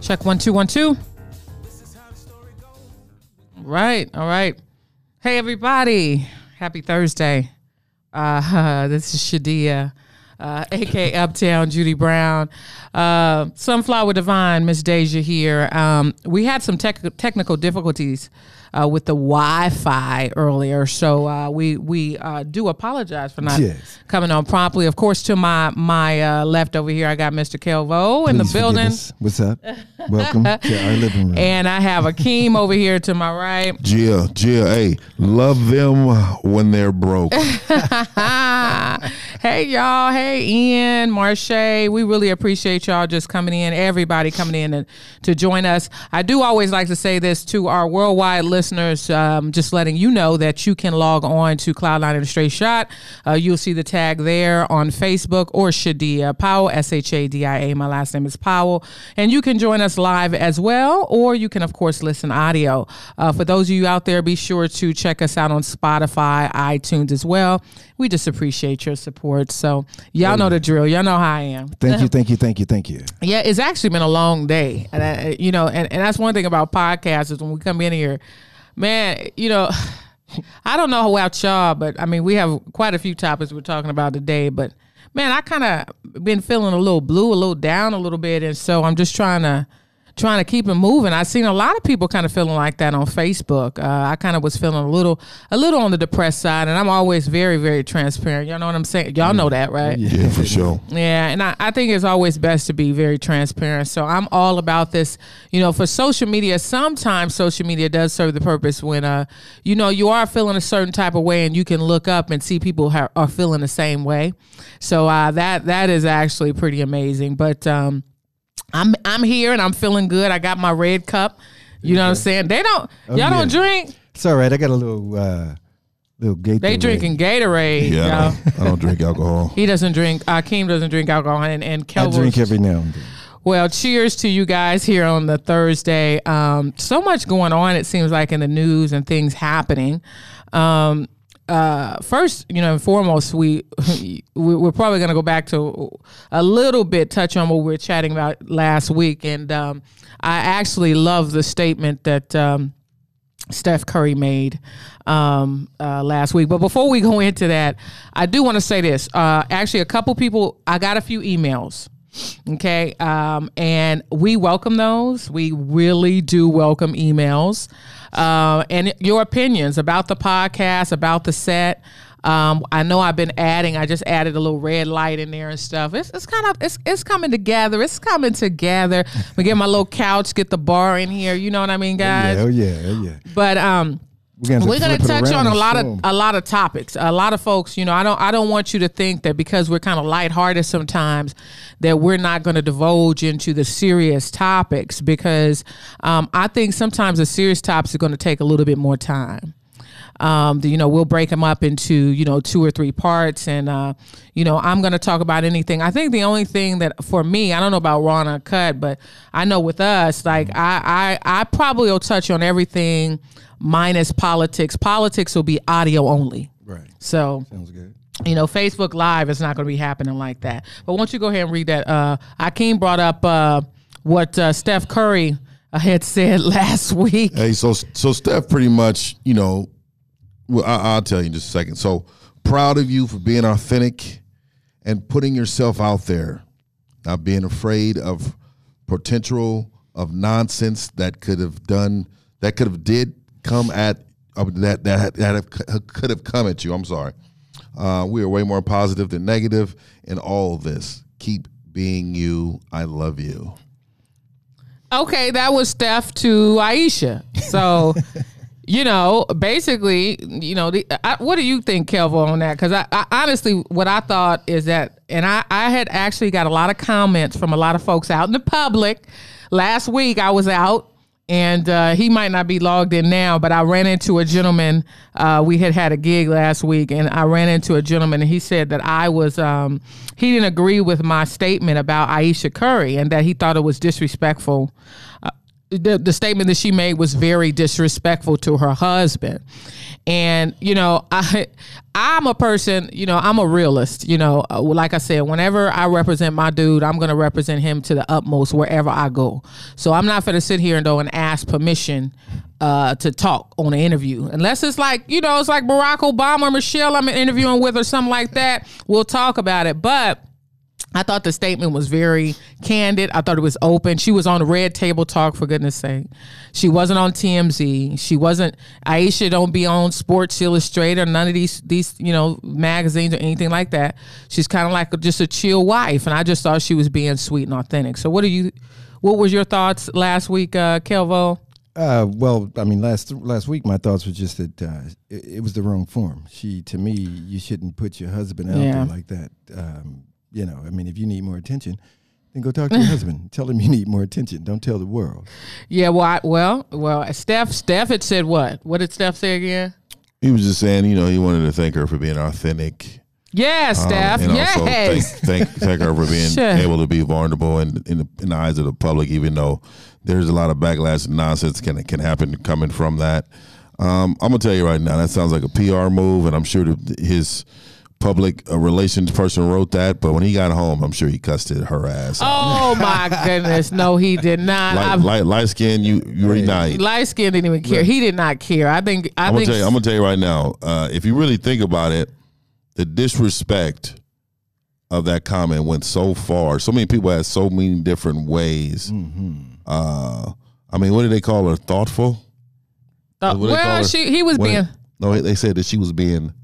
Check one, two, one, two. All right. All right. Hey, everybody. Happy Thursday. Uh, this is Shadia, uh, aka Uptown Judy Brown, uh, Sunflower Divine, Miss Deja here. Um, we had some tech- technical difficulties uh, with the Wi-Fi earlier, so uh, we we uh, do apologize for not Yes. coming on promptly. Of course, to my my uh, left over here, I got Mr. Kelvo in the Please forgive building. us. What's up? Welcome to our living room. And I have Akeem over here to my right. Gia, Gia, hey, love them when they're broke. hey, y'all. Hey, Ian, Marche. We really appreciate y'all just coming in, everybody coming in and, to join us. I do always like to say this to our worldwide listeners, um, just letting you know that you can log on to Cloud9 and Straight Shot. Uh, you'll see the tag there on Facebook or Shadia Powell, S H A D I A. My last name is Powell. And you can join us live as well, or you can, of course, listen audio. Uh, for those of you out there, be sure to check us out on Spotify, iTunes as well. We just appreciate your support. So, y'all know the drill. Y'all know how I am. Thank you, thank you, thank you, thank you. Yeah, it's actually been a long day, and I, you know, and, and that's one thing about podcasts is when we come in here, man, you know, I don't know about y'all, but I mean, we have quite a few topics we're talking about today, but man, I kind of been feeling a little blue, a little down, a little bit, and so I'm just trying to trying to keep it moving. I've seen a lot of people kind of feeling like that on Facebook. Uh, I kind of was feeling a little, a little on the depressed side, and I'm always very, very transparent. Y'all know what I'm saying? Y'all know that, right? yeah, for sure. Yeah, and I, I think it's always best to be very transparent. So I'm all about this. You know, for social media, sometimes social media does serve the purpose when, uh, you know, you are feeling a certain type of way, and you can look up and see people ha- are feeling the same way. So uh, that that is actually pretty amazing. But um, I'm I'm here and I'm feeling good. I got my red cup. You know what I'm saying? They don't. y'all don't drink. It's all right. I got a little uh little gate. They drinking Gatorade. Yeah, Yeah. I don't, I don't drink alcohol. He doesn't drink. Akeem doesn't drink alcohol, and and I Kelvin drink every now and then. Well, cheers to you guys here on the Thursday. Um, so much going on, it seems like, in the news and things happening. Um, uh, first, you know, and foremost, we we- we're probably going to go back to a little bit touch on what we were chatting about last week, and um, I actually love the statement that. Um, Steph Curry made um, uh, last week. But before we go into that, I do want to say this. Uh, actually, a couple people, I got a few emails. Okay. Um, and we welcome those. We really do welcome emails uh, and your opinions about the podcast, about the set. Um, I know I've been adding. I just added a little red light in there and stuff. It's, it's kind of it's it's coming together. It's coming together. We get my little couch, get the bar in here. You know what I mean, guys? Yeah, oh yeah, oh yeah. But um, We're gonna, we're gonna flip it touch on around a and lot show of 'em. a lot of topics. A lot of folks, you know, I don't I don't want you to think that because we're kind of lighthearted sometimes that we're not going to divulge into the serious topics because um, I think sometimes the serious topics are going to take a little bit more time um, the- you know we'll break them up into you know two or three parts and uh, you know i'm going to talk about anything i think the only thing that for me i don't know about raw and uncut but i know with us like i i, I probably will touch on everything minus politics politics will be audio only Right. so Sounds good. you know, Facebook Live is not going to be happening like that. But won't you go ahead and read that? Uh, Akeem brought up uh, what uh, Steph Curry uh, had said last week. Hey, so so Steph, pretty much, you know, well, I, I'll tell you in just a second. So proud of you for being authentic and putting yourself out there, not being afraid of potential of nonsense that could have done that could have did come at uh, that that that have, could have come at you. I'm sorry. Uh, we are way more positive than negative in all of this. Keep being you. I love you. Okay, that was Steph to Aisha. So, you know, basically, you know, the, I, what do you think, Kelvo, on that? Because I, I honestly, what I thought is that, and I, I had actually got a lot of comments from a lot of folks out in the public. Last week, I was out. And uh, he might not be logged in now, but I ran into a gentleman. Uh, we had had a gig last week, and I ran into a gentleman, and he said that I was. Um, he didn't agree with my statement about Aisha Curry, and that he thought it was disrespectful the, the statement that she made was very disrespectful to her husband. And, you know, I, I'm a person, you know, I'm a realist. You know, Uh, like I said, whenever I represent my dude, I'm going to represent him to the utmost wherever I go. So I'm not going to sit here and go and ask permission uh, to talk on an interview. Unless it's like, you know, it's like Barack Obama or Michelle I'm interviewing with or something like that. We'll talk about it. But, I thought the statement was very candid. I thought it was open. She was on Red Table Talk for goodness sake. She wasn't on TMZ. She wasn't Aisha don't be on Sports Illustrated or none of these these, you know, magazines or anything like that. She's kind of like just a chill wife and I just thought she was being sweet and authentic. So what do you what was your thoughts last week, uh Kelvo? Uh, well, I mean, last last week my thoughts were just that uh, it, it was the wrong form. She, to me, you shouldn't put your husband out Yeah. there like that. Um, you know, I mean, if you need more attention, then go talk to your husband. Tell him you need more attention. Don't tell the world. Yeah, well, I, well, well, Steph Steph had said what? What did Steph say again? He was just saying, you know, he wanted to thank her for being authentic. Yes, um, Steph. and yes. also thank, thank, thank her for being Sure. able to be vulnerable in, in, the, in the eyes of the public, even though there's a lot of backlash and nonsense can can happen coming from that. Um, I'm gonna tell you right now, that sounds like a PR move, and I'm sure that his public uh, relations person wrote that. But when he got home, I'm sure he cussed at her ass. out. Oh my goodness! No, he did not. light, I've- light, light skin, you you reunite. light skin didn't even care. He did not care. I think. I I'm gonna think. tell you. I'm gonna tell you right now. Uh, if you really think about it, the disrespect of that comment went so far. So many people had so many different ways. Mm-hmm. Uh, I mean, what did they call her? Thoughtful. uh, what do they call well, her? she he was When- being. No, they said that she was being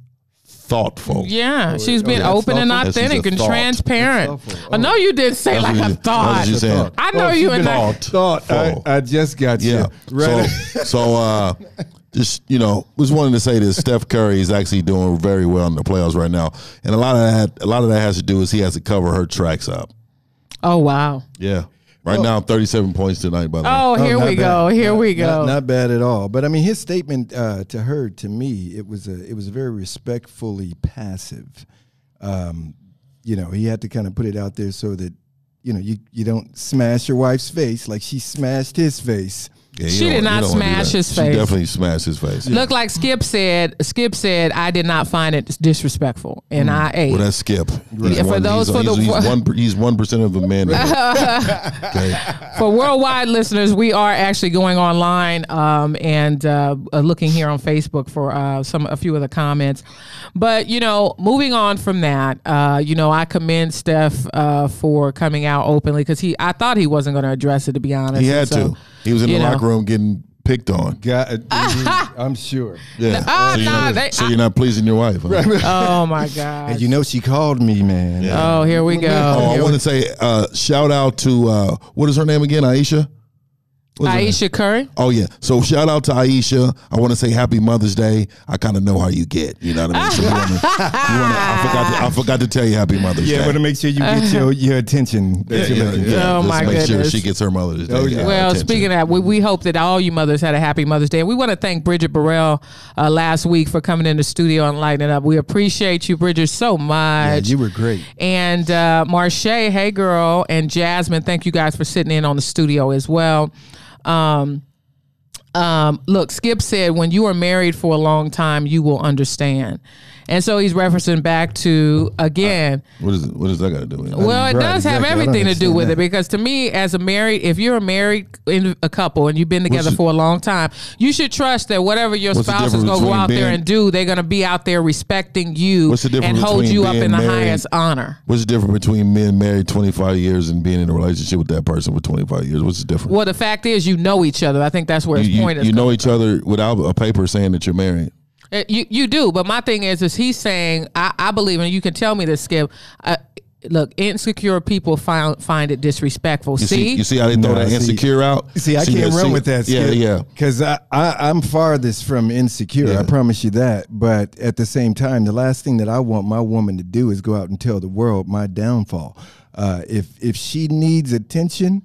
thoughtful. Yeah, she was being that's open and thoughtful. Yes, she's a authentic and thought. transparent. That's thoughtful. I know you didn't say That's like what a you- thought. Oh, That's what you said. I know you and I. Thought I, Thoughtful. I just got Yeah. you. Right. So, so uh, just you know, just wanted to say that Steph Curry is actually doing very well in the playoffs right now, and a lot of that, a lot of that has to do is he has to cover her tracks up. Oh wow! Yeah. Right now, 37 points tonight. By the way, Oh, here not we bad. go. Here we Not, go. not bad at all. But I mean, his statement uh, to her, to me, it was a, it was very respectfully passive. Um, you know, he had to kind of put it out there so that you know you you don't smash your wife's face like she smashed his face. Yeah, you She don't- did you not don't wanna do smash that. his She face. definitely smashed his face. Look like Skip said. Skip said I did not find it disrespectful, Mm. and I ate. Well, that's Skip. He's Yeah, for those- he's, for the- he's, he's one per- he's one percent of the man. okay. for worldwide listeners, we are actually going online um, and uh, uh, looking here on Facebook for uh, some a few of the comments. But you know, moving on from that, uh, you know, I commend Steph uh, for coming out openly because he, I thought he wasn't going to address it to be honest. He had And so- to. He was in the you know. locker room getting picked on. God, I'm sure. Yeah. Ah, so, you're nah, not, they- so you're not pleasing your wife. huh? Oh my god! And you know, she called me, man. oh, here we go. Oh, I Here want we- to say uh, shout out to uh, what is her name again? Aisha. What is her name? Aisha Curry. Oh yeah. So shout out to Aisha. I want to say Happy Mother's Day. I kind of know how you get. You know what I mean? So you wanna, you wanna, I forgot. To, I forgot to tell you Happy Mother's Yeah, Day. I want to make sure you get your, your attention. That you're looking for. Oh, Just my make sure goodness. she gets her Mother's Day. Oh, yeah. uh, Well, attention. speaking of that, we, we hope that all you mothers had a happy Mother's Day. And we want to thank Bridget Burrell uh, last week for coming in the studio and lighting it up. We appreciate you, Bridget, so Yeah, much. you were great. And uh, Marche, hey girl, and Jasmine, thank you guys for sitting in on the studio as well. Um, um, look, Skip said, when you are married for a long time, you will understand. And so he's referencing back to, again, what is what does that got to do with it? well, it Right, does have exactly. I don't everything to do understand with that. it because to me, as a married, if you're a married in a couple and you've been together the- for a long time, you should trust that whatever your What's the spouse is difference going to go between out there being- and do, they're going to be out there respecting you What's the difference and hold between you up being in the married- highest honor. What's the difference between being married 25 years and being in a relationship with that person for 25 years? What's the difference? Well, the fact is, you know each other. I think that's where his you, point you, is. you know each other without a paper saying that you're married. Uh, You you do, but my thing is, is he's saying I, I believe, and you can tell me this, Skip. Uh, look, insecure people find find it disrespectful. You see, see, you see how they throw No, that see- insecure out. See, I can't yeah, run see- with that. Yeah, Skip, yeah. Because I, I, I'm farthest from insecure. Yeah. I promise you that. But at the same time, the last thing that I want my woman to do is go out and tell the world my downfall. Uh, if if she needs attention,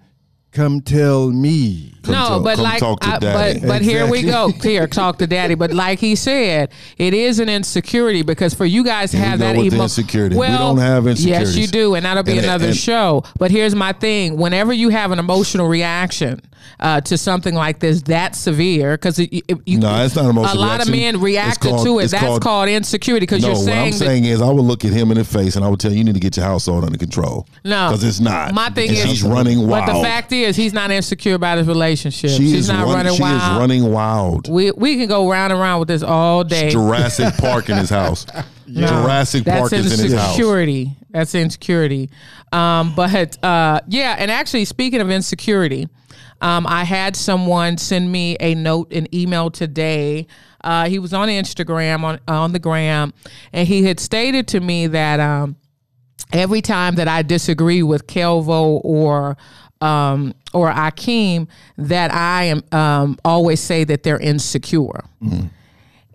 come tell me. Come no, talk- but come like, talk to I- daddy. but but here we go. Exactly. Here, talk to daddy. But like he said, it is an insecurity because for you guys to We have know that what the emo- insecurity- we Well, don't have Yes, you insecurities. do, and that'll be And- another and- show. But here's my thing: whenever you have an emotional reaction uh, to something like this that severe because it, it- you, No, it's not emotional a lot reaction. of men It's reacted called- to it. it's That's called- called, insecurity because no, you're what I'm saying, that- saying is, I would look at him in the face and I would tell you, you need to get your household under control. no, because it's not. My thing And is she's running wild. But the fact is, he's not insecure about his relationship. she She's is not run- running She wild. is running wild. We we can go round and round with this all day. Jurassic Park in his house. Jurassic That's Park is in his house. insecurity. That's insecurity. Um, but uh, yeah, and actually, speaking of insecurity, um, I had someone send me a note, an email today. Uh, he was on Instagram on on the gram, and he had stated to me that. Um, every time that I disagree with Kelvo or um, or Akeem, that I am um, always say that they're insecure.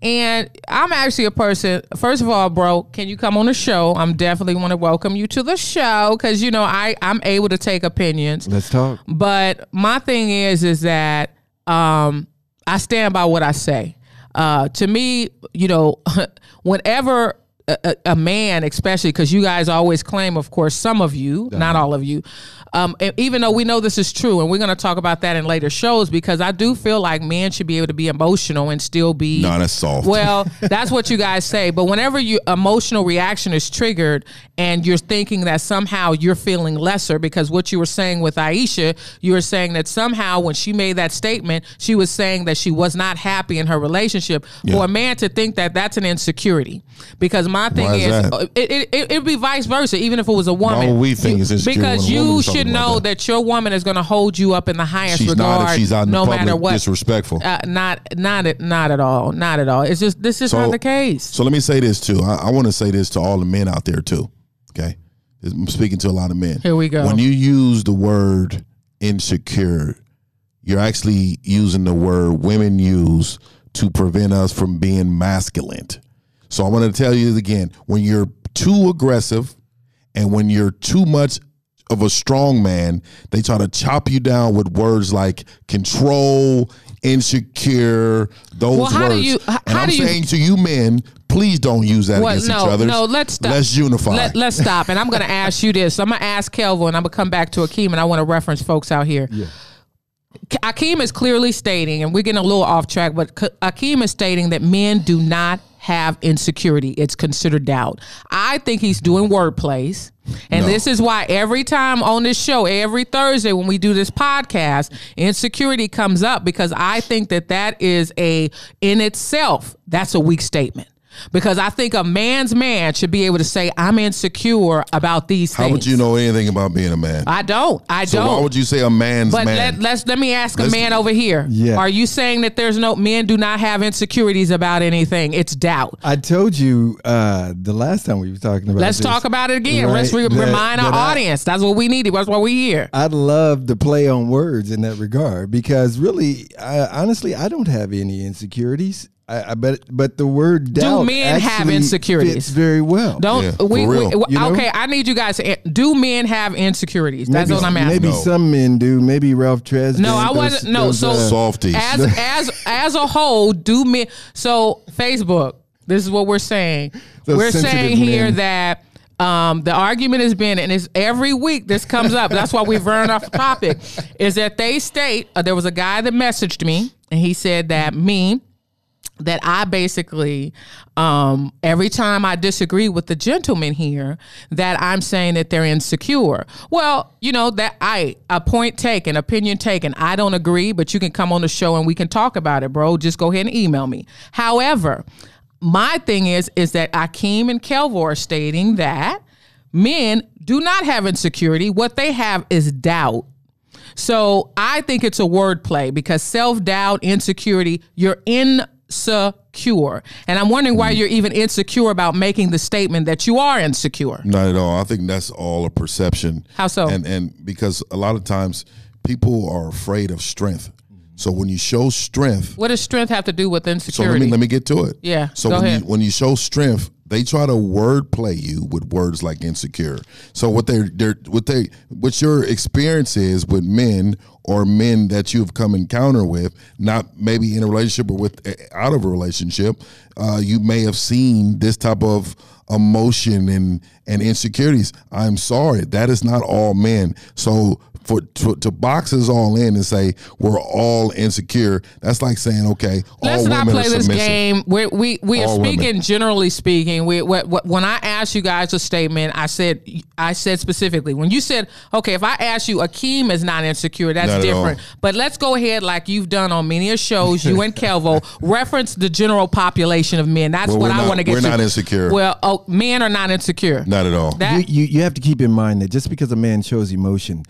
And I'm actually a person. First of all, bro, can you come on the show? I'm definitely want to welcome you to the show because you know I I'm able to take opinions. Let's talk. But my thing is, is that um, I stand by what I say. Uh, to me, you know, whenever a, a, a man, especially because you guys always claim, of course, some of you, not all of you, um, and even though we know this is true, and we're going to talk about that in later shows, because I do feel like men should be able to be emotional and still be. No, that's soft. Well, that's what you guys say. But whenever your emotional reaction is triggered and you're thinking that somehow you're feeling lesser because what you were saying with Aisha, you were saying that somehow when she made that statement, she was saying that she was not happy in her relationship. For a man to think that that's an insecurity. Because my thing Why is is, uh, that? it, it, it, it'd be vice versa, even if it was a woman. would we think it's insecure Because when a you woman's talking should like know that? that. your woman is going to hold you up in the highest she's regard not if she's out in no the public matter what. disrespectful. Uh, not not at not at all. Not at all. It's just this is So- not the case. So let me say this too. I, I want to say this to all the men out there too. Okay, I'm speaking to a lot of men. Here we go. When you use the word insecure, you're actually using the word women use to prevent us from being masculine. So I'm going to tell you again. When you're too aggressive, and when you're too much of a strong man, they try to chop you down with words like control, insecure, those Well, how words. do you- h- and how I'm do you- saying to you men, please don't use that Well, against no, each other. no, let's stop. Let's unify. Let, let's stop. And I'm going to ask you this. I'm going to ask Kelvo, and I'm going to come back to Akeem, and I want to reference folks out here. K- Akeem is clearly stating, and we're getting a little off track, but K- Akeem is stating that men do not have insecurity. It's considered doubt. I think he's doing word plays. And this is why every time on this show, every Thursday when we do this podcast, insecurity comes up because I think that that is a, in itself, that's a weak statement. Because I think a man's man should be able to say, I'm insecure about these How things. would you know anything about being a man? I don't. I so don't. why would you say a man's But man? let let's let me ask a Let's- man over here. Yeah. Are you saying that there's no men do not have insecurities about anything? It's doubt. I told you uh, the last time we were talking about. Let's this, talk about it again. Let's right, re- that- remind our that I- audience. That's what we needed. That's why we here. I'd love to play on words in that regard because really, I, honestly, I don't have any insecurities. I, I bet, but the word doubt men have actually insecurities? fits very well. Don't Yeah, we, for we- real. w- You know? okay? I need you guys. to an- Do men have insecurities? That's Maybe- what I'm asking. Maybe No. some men do. Maybe Ralph Tresvant. No, I those- wasn't. No, those, so uh, Softies. As as as a whole, do men. So Facebook. This is what we're saying. Those we're saying sensitive here men. that. Um, the argument has been, and it's every week this comes up. That's why we've run off the topic. Is that they state uh, there was a guy that messaged me, and he said that me that I basically, um, every time I disagree with the gentleman here, that I'm saying that they're insecure. Well, you know that I a point taken, opinion taken. I don't agree, but you can come on the show and we can talk about it, bro. Just go ahead and email me. However, my thing is is that Akeem and Kelvor are stating that men do not have insecurity. What they have is doubt. So I think it's a wordplay because self doubt, insecurity, you're insecure. And I'm wondering why you're even insecure about making the statement that you are insecure. Not at all. I think that's all a perception. How so? And and because a lot of times people are afraid of strength. So when you show strength, What does strength have to do with So let insecurity? me let me get to it. Yeah, So go when ahead. you when you show strength, they try to wordplay you with words like insecure. So what they're they're what they what your experience is with men or men that you've come encounter with, not maybe in a relationship or with eh, out of a relationship, uh, you may have seen this type of emotion and and insecurities. I'm sorry, that is not all men. So for to, to box us all in and say we're all insecure. That's like saying okay, Let's all not women play are this submissive. game. We're, we we are All women. speaking generally speaking. We what, what when I asked you guys a statement, I said I said specifically when you said okay, if I ask you Akeem is not insecure, that's Not at different. all. But let's go ahead like you've done on many of shows, you and Kelvo reference the general population of men. That's Well, what we're I not- want to get. we're to. not insecure. Well, oh, men are not insecure. Not at all. That- You, you you have to keep in mind that just because a man shows emotion,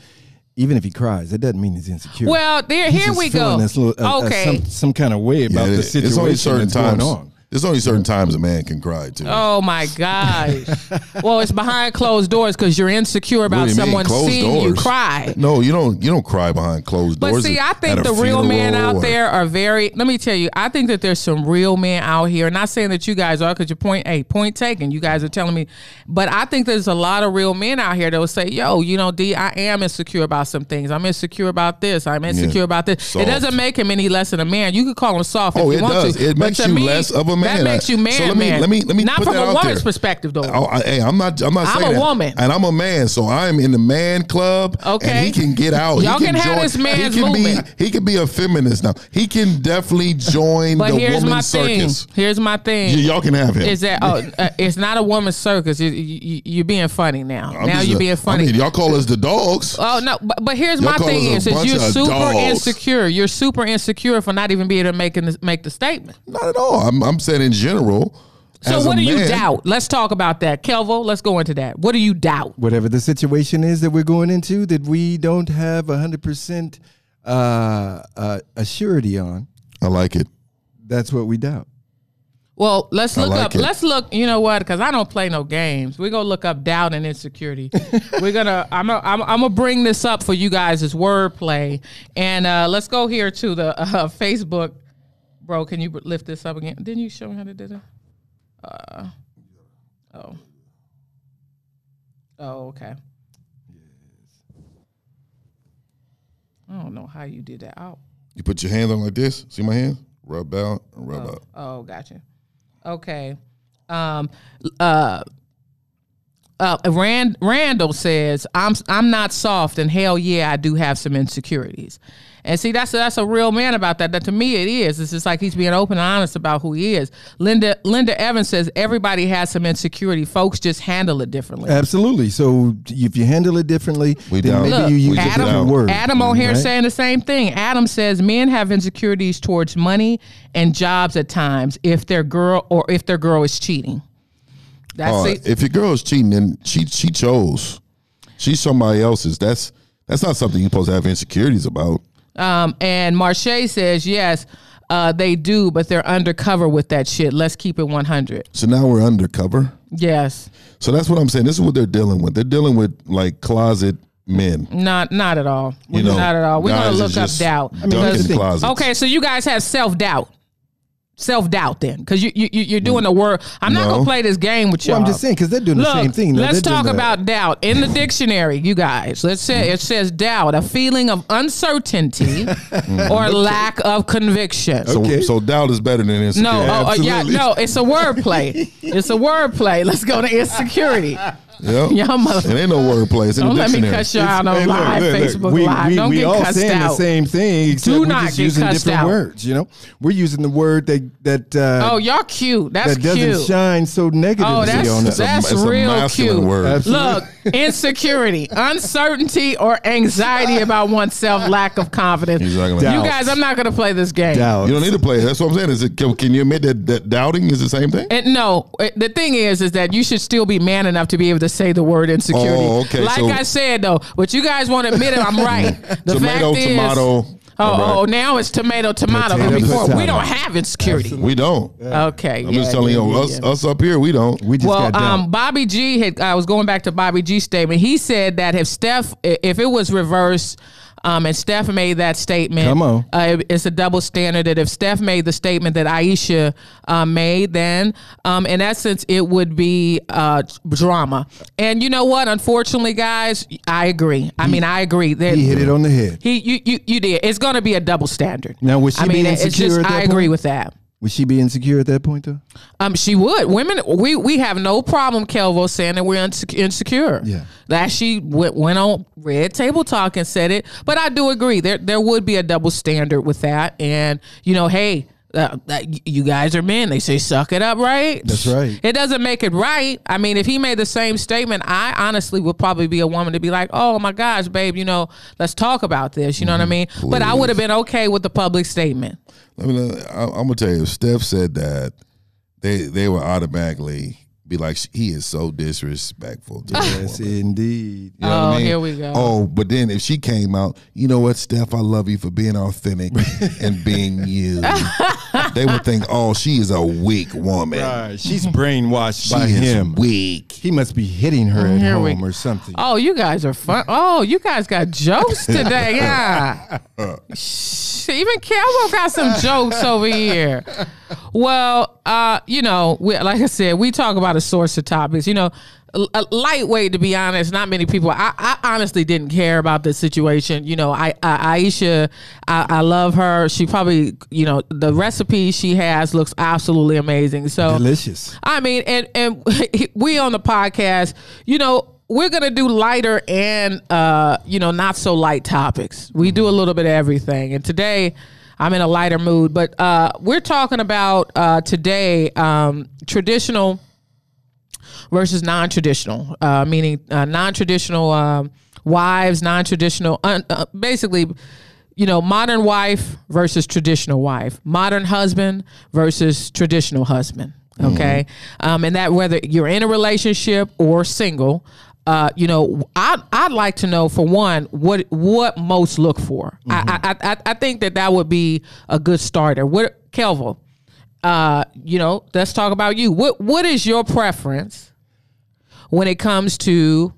even if he cries, that doesn't mean he's insecure. Well, there He's here just we feeling go. this little- a- a- okay. some, some kind of way about Yeah, the it- situation it's only certain that's going times. on. There's only certain times a man can cry too. Oh my gosh! well, it's behind closed doors because you're insecure What about do you mean, someone closed seeing you doors? cry. No, you don't. You don't cry behind closed But doors. see, I at- think at a the real men funeral out or- there are very. Let me tell you, I think that there's some real men out here. Not saying that you guys are, because your point, hey, point taken. You guys are telling me, but I think there's a lot of real men out here that will say, "Yo, you know, D, I am insecure about some things. I'm insecure about this. I'm insecure about this. Soft. It doesn't make him any less than a man. You could call him soft Oh, if you it want does. to. It but makes to you me, less of a man. That makes you So man. let me- man. let me- let me Not put from that a out woman's there. perspective, though. Oh, I, hey, I'm not. I'm not. I'm Saying a that. woman. and I'm a man, so I'm in the man club. Okay. and he can get out. Y'all he can have this man's he can movement. Be, he can be a feminist now. He can definitely join but the here's my woman's circus. thing. Here's my thing. Y- y'all can have him. Is that oh, uh, it's not a woman's circus. You, you, you're being funny now. I'm now just you're a- being funny. I mean, y'all call us the dogs. Oh no! But, but here's Y'all my call thing: is, us a is bunch you're of super dogs. insecure. You're super insecure for not even being able to make this, make the statement. Not at all. I'm, I'm saying in general. So as a what do you man- doubt? Let's talk about that, Kelvo. Let's go into that. What do you doubt? Whatever the situation is that we're going into, that we don't have hundred percent uh, uh, a surety on, I like it. that's what we doubt. Well, let's I look like up. it. Let's look. You know what? Because I don't play no games. We're gonna look up doubt and insecurity. We're gonna. I'm. i I'm. I'm gonna bring this up for you guys as wordplay. And uh, let's go here to the uh, Facebook. Bro, can you lift this up again? Didn't you show me how to do that? Uh, oh. Oh, okay. I don't know how you did that. Oh. You put your hands on like this. See my hands? Rub out and rub out. Oh, gotcha. Okay. Um. Uh. Uh, Rand, Randall says, "I'm I'm not soft, and hell yeah, I do have some insecurities." And see, that's that's a real man about that. That to me, it is. It's just like he's being open and honest about who he is. Linda Linda Evans says, "Everybody has some insecurity. Folks just handle it differently." Absolutely. So if you handle it differently, We then doubt. maybe Look, you use a different Adam, word. Adam on here right? saying the same thing. Adam says men have insecurities towards money and jobs at times if their girl or if their girl is cheating. That's Uh, it. if your girl is cheating, then she she chose. She's somebody else's. That's that's not something you're supposed to have insecurities about. Um, and Marche says yes, uh, they do, but they're undercover with that shit. Let's keep it one hundred. So now we're undercover. Yes, So that's what I'm saying. This is what they're dealing with. They're dealing with like closet men. not not at all. You know, not at all. We're gonna guys are look up just doubt. duck because- in closets. Okay, so you guys have self doubt. Self doubt, then, because you you you- you're doing the word. I'm not No. gonna play this game with y'all. Well, I'm just saying because they're doing Look, the same thing. Now, let's they're talk doing the- about doubt in the dictionary, you guys. Let's say it says doubt, a feeling of uncertainty Mm. or lack of conviction. So, Okay. so doubt is better than insecurity. No, oh, uh, yeah, Oh, absolutely. no, it's a wordplay. it's a wordplay. Let's go to insecurity. Yep. Y'all mother- It ain't no wordplay. It's in Don't the let me dictionary. cuss you out on Hey, look, live look, look, Facebook we, Live. We, Don't we get all cussed saying out. the same thing, except Do we're not just get using cussed different out. words. You know, we're using the word that that uh, Oh, y'all cute. That's that doesn't cute. shine so negatively Oh, that's on us. a- that's it's a real masculine cute. word. Look, insecurity, uncertainty, or anxiety about oneself, lack of confidence. He's not You gonna- Doubt. guys, I'm not gonna play this game. Doubt. You don't need to play. That's what I'm saying. Is it, can, can you admit that, that doubting is the same thing? And no, it- the thing is, is that you should still be man enough to be able to say the word insecurity. Oh, okay, Like so- I said though, but you guys won't admit it. I'm right. The Tomato, fact is, tomato. Oh, All right. oh, now it's tomato, tomato. Potato, but before we potato. don't have insecurity. We don't. Okay, I'm just telling you, us, us up here, we don't. We just got well, doubt. um, Bobby G had. I was going back to Bobby G's statement. He said that if Steph, if it was reversed, um, and Steph made that statement, Come on. uh, it- it's a double standard. That if Steph made the statement that Aisha uh, made, then um, in essence, it would be uh, drama. And you know what? Unfortunately, guys, I agree. I mean, I agree. That he hit it on the head. He, you, you, you did. It's going to be a double standard. Now, was she I mean, being it's insecure just. at that I agree point? with that. Would she be insecure at that point though? Um, she would. Women, we we have no problem, Kelvo, saying that we're inse- insecure. Yeah. That she went, went on Red Table Talk and said it. But I do agree there there would be a double standard with that. And you know, hey, uh, that, you guys are men. They say suck it up, right? That's right. It doesn't make it right. I mean, if he made the same statement, I honestly would probably be a woman to be like, "Oh my gosh, babe, you know, let's talk about this." You know what I Mm-hmm. mean? But I would have been okay with the public statement. Let me. Let, I, I'm gonna tell you. If Steph said that, they they would automatically be like, he is so disrespectful. To this Yes, woman." indeed. You know what Oh, I mean? here we go. Oh, but then if she came out, you know what, Steph, I love you for being authentic and being you. they would think, oh, she is a weak woman. Right, she's brainwashed She by is him. weak. He must be hitting her at Here we- home or something. Oh, you guys are fun. Oh, you guys got jokes today. Yeah. Shh, Even Kelmo got some jokes over here. Well, uh, you know, we, like I said, we talk about a source of topics. You know, l- a lightweight, to be honest, not many people. I, I honestly didn't care about this situation. You know, I, I Aisha, I, I love her. She probably, you know, the recipe she has looks absolutely amazing. So Delicious. I mean, and and we on the podcast, you know, we're gonna do lighter and uh, you know, not so light topics. We do a little bit of everything, and today. I'm in a lighter mood, but uh, we're talking about uh, today um, traditional versus non-traditional, uh, meaning uh, non-traditional um, wives, non-traditional, un, uh, basically, you know, modern wife versus traditional wife, modern husband versus traditional husband. Okay, um, and that whether you're in a relationship or single. Uh, you know, I I'd like to know for one what what most look for. I I, I I think that that would be a good starter. What Kelvin, uh, you know, let's talk about you. What what is your preference when it comes to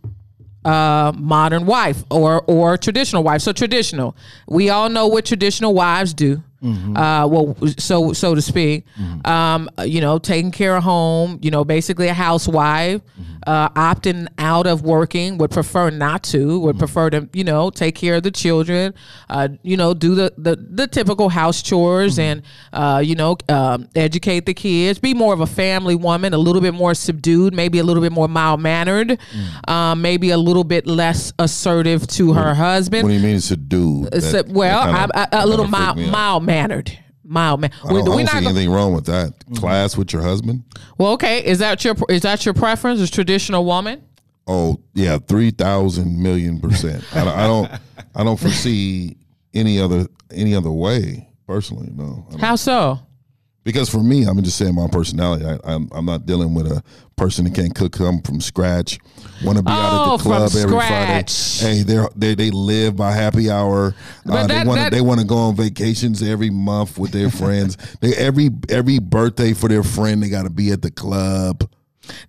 uh, modern wife or or traditional wife? So traditional, we all know what traditional wives do. Uh, well, so so to speak, um, you know, taking care of home, you know, basically a housewife, uh, opting out of working, would prefer not to, would prefer to, you know, take care of the children, uh, you know, do the, the, the typical house chores Mm-hmm. and, uh, you know, um, educate the kids, be more of a family woman, a little bit more subdued, maybe a little bit more mild mannered, um, maybe a little bit less assertive to her husband. Mm. What do you mean it's a dude? It's That- a- well, that kinda- I- I- that a little kinda freaked mild, me out. mild mannered. Mild man. I don't, I We're don't not see gonna- anything wrong with that. Class with your husband? well, okay. Is that your is that your preference? Is traditional woman? Oh yeah, three thousand million percent. I, don't- I don't, I don't foresee any other any other way personally. No, I don't. How so? because for me, I'm just saying my personality. I, I'm I'm not dealing with a person that can't cook. I'm from scratch. Want to be out Oh, at the club from every scratch. Friday. Hey, they they they live by happy hour. Uh, that- they want that- to they want to go on vacations every month with their friends. They every every birthday for their friend, they got to be at the club.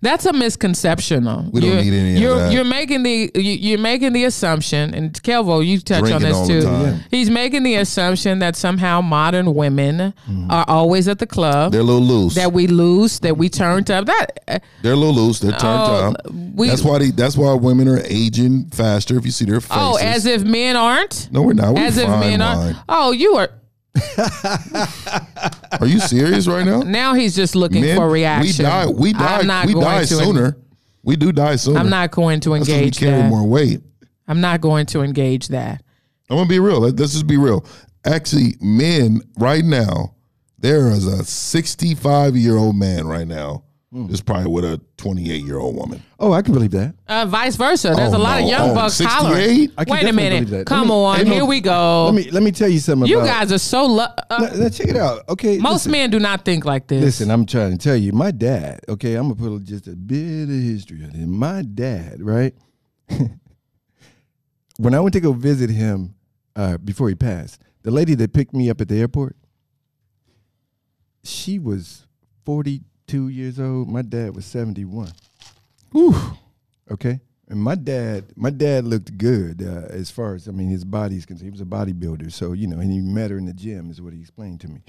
That's a misconception, though. We don't you're, need any of you're, that. You're making the you, you're making the assumption, and Kelvo, you touch Drinking on all this the too. time. He's making the assumption that somehow modern women are always at the club. Mm-hmm. They're a little loose. that we lose, that we turned up. That They're a little loose. They're turned Oh, up. we- that's why. They, that's why women are aging faster. If you see their faces. oh, as if men aren't. no, we're not. We're as if fine, men Mike. aren't. Oh, you are. Are you serious right now? Now he's just looking Men, for a reaction. we die. We I'm die. not We going die to sooner. we do die sooner. I'm not going to That's 'cause we engage carry that. more weight. I'm not going to engage that. I'm gonna be real. Let- Let's just be real. Actually, men right now, there is a 65 year old man right now. Is probably with a 28 year old woman. Oh, I can believe that. Uh, vice versa. There's Oh, a lot no. of young Oh, bucks 68? hollering. I can Wait a definitely believe minute. that. Come Let me- on. ain't no- Here we go. Let me let me tell you something Oh. you about guys are so. Lo- uh, Now, now check it out. Okay. most listen, men do not think like this. Listen, I'm trying to tell you, my dad, okay, I'm gonna put just a bit of history on him. My dad, right? when I went to go visit him uh, before he passed, the lady that picked me up at the airport, she was 42 years old. My dad was 71. Whew. Okay. And my dad, my dad looked good uh, as far as I mean, his body's concerned. He was a bodybuilder, so you know, and he met her in the gym, is what he explained to me.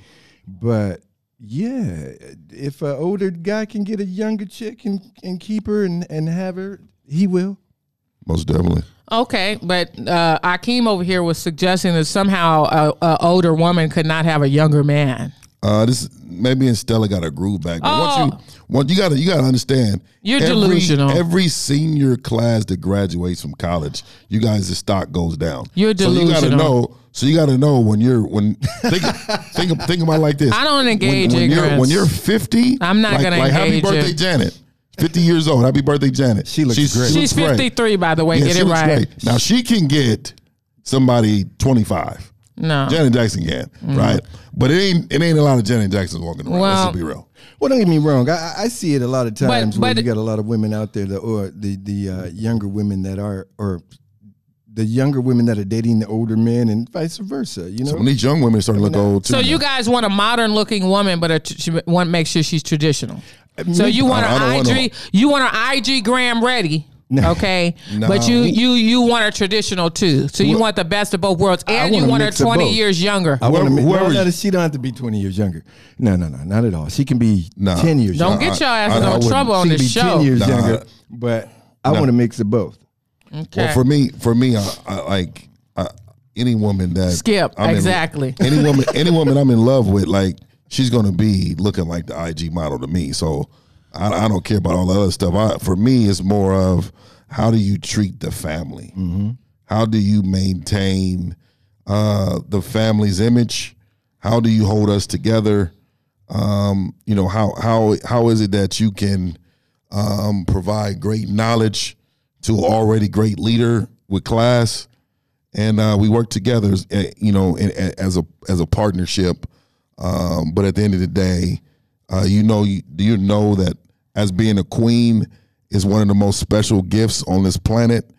But yeah, if an older guy can get a younger chick and, and keep her and, and have her, he will. Most definitely. Okay, but uh, Akeem over here was suggesting that somehow a, a older woman could not have a younger man. Uh, this maybe and Stella got a groove back. But Oh. once you, once you gotta, you gotta understand. You're every- delusional. Every senior class that graduates from college, you guys, the stock goes down. You're So you gotta delusional. know. So you gotta know when you're when think think think about it like this. I don't engage when, when you're when ignorance. you're 50. I'm not like, gonna like happy engage birthday, it. Janet. 50 years old. Happy birthday, Janet. She looks great. She's looks great. 53, by the way. Yeah, Get she it looks right. great. Now she can get somebody 25. No. Janet Jackson can, Mm-hmm. right? But it ain't it ain't a lot of Janet Jacksons walking around. Well- let's just be real. Well, don't get me wrong. I- I, I see it a lot of times where but- you got a lot of women out there, that, or the the uh, younger women that are, or the younger women that are dating the older men, and vice versa. You know, Some of these young women are starting to look old too. So you now. guys want a modern looking woman, but a t- she want to make sure she's traditional. So you want I- I don't an want Uh, no- IG, you want an IG gram ready. Okay, No. but you you you want her traditional too. So you want the best of both worlds, and you want a want her mix of twenty both. years younger. I want to Whoever- make whoever no, no, you- she don't have to be twenty years younger. No, no, no, not at all. She can be Nah. ten years. Don't younger. get your I- ass I- in I no wouldn't. trouble on she can this be ten show. years Nah. younger, but I want a mix of both. Okay. Well, for me, for me, I, I like I, any woman that Skip, in- exactly. any woman, any woman I'm in love with, like she's gonna be looking like the IG model to me. So I, I don't care about all the other stuff. I, for me, it's more of how do you treat the family? Mm-hmm. How do you maintain uh, the family's image? How do you hold us together? Um, you know how how how is it that you can um, provide great knowledge to an already great leader with class, and uh, we work together, as, uh, you know, in, a- as a as a partnership. Um, but at the end of the day, uh, you know, you, you know that as being a queen is one of the most special gifts on this planet.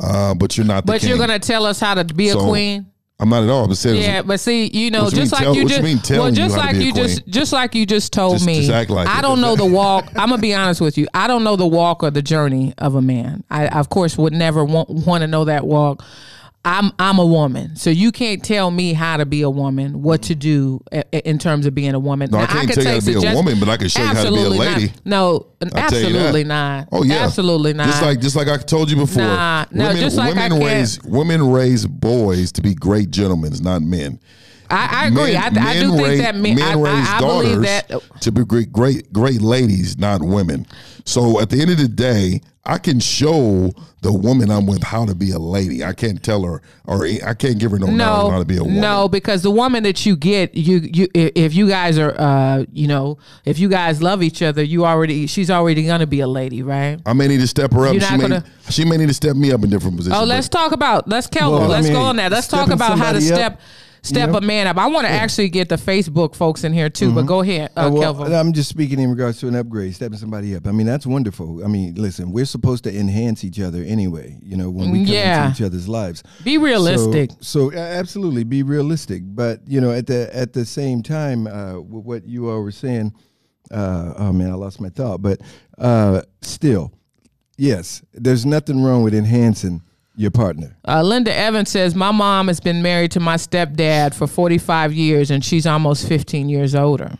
Uh, but you're not. The But you're king. gonna tell us how to be a So, queen. I'm not at all. But said it was a- Yeah, but see, you know, What you just mean like tell- you what you just mean telling well, you just how to like be a you just queen? just like you just told Just- me. just act like I it. don't know the walk. I'm gonna be honest with you. I don't know the walk or the journey of a man. I, I, of course would never want want to know that walk. I'm I'm a woman, so you can't tell me how to be a woman, what to do i- i- in terms of being a woman. No, I can't tell you how to be a suggest- woman, but I can show you how to be a Absolutely not. lady. No, n- I tell you that. absolutely not. Oh yeah, absolutely not. Just like just like I told you before. Nah, no, women, just like I women can't- raise women raise boys to be great gentlemen, not men. I, I agree. Men- I, I do men think raise- that men, I, raise I, I believe that to be great, great, great ladies, not women. So at the end of the day, I can show the woman I'm with how to be a lady. I can't tell her, or I can't give her no, knowledge on how to be a woman. No, because the woman that you get, you you i- if you guys are uh, you know, if you guys love each other, you already she's already gonna be a lady, right? I may need to step her up. You're She not may, gonna- she may need to step me up in different positions. Oh, but- let's talk about let's Kelvin. Well, I let's go mean, on that. Let's talk stepping about how to somebody up, step step you know? a man up. I want to actually get the Facebook folks in here too, but go ahead, uh, Uh, well, Kelvin. I'm just speaking in regards to an upgrade, stepping somebody up. I mean, that's wonderful. I mean, listen, we're supposed to enhance each other anyway. You know, when we come Yeah. into each other's lives, Be realistic. So, so, a- absolutely, be realistic. But you know, at the at the same time, uh, w- what you all were saying. Uh, oh man, I lost my thought. But uh, still, yes, there's nothing wrong with enhancing your partner. Uh, Linda Evans says, My mom has been married to my stepdad for 45 years and she's almost 15 years older.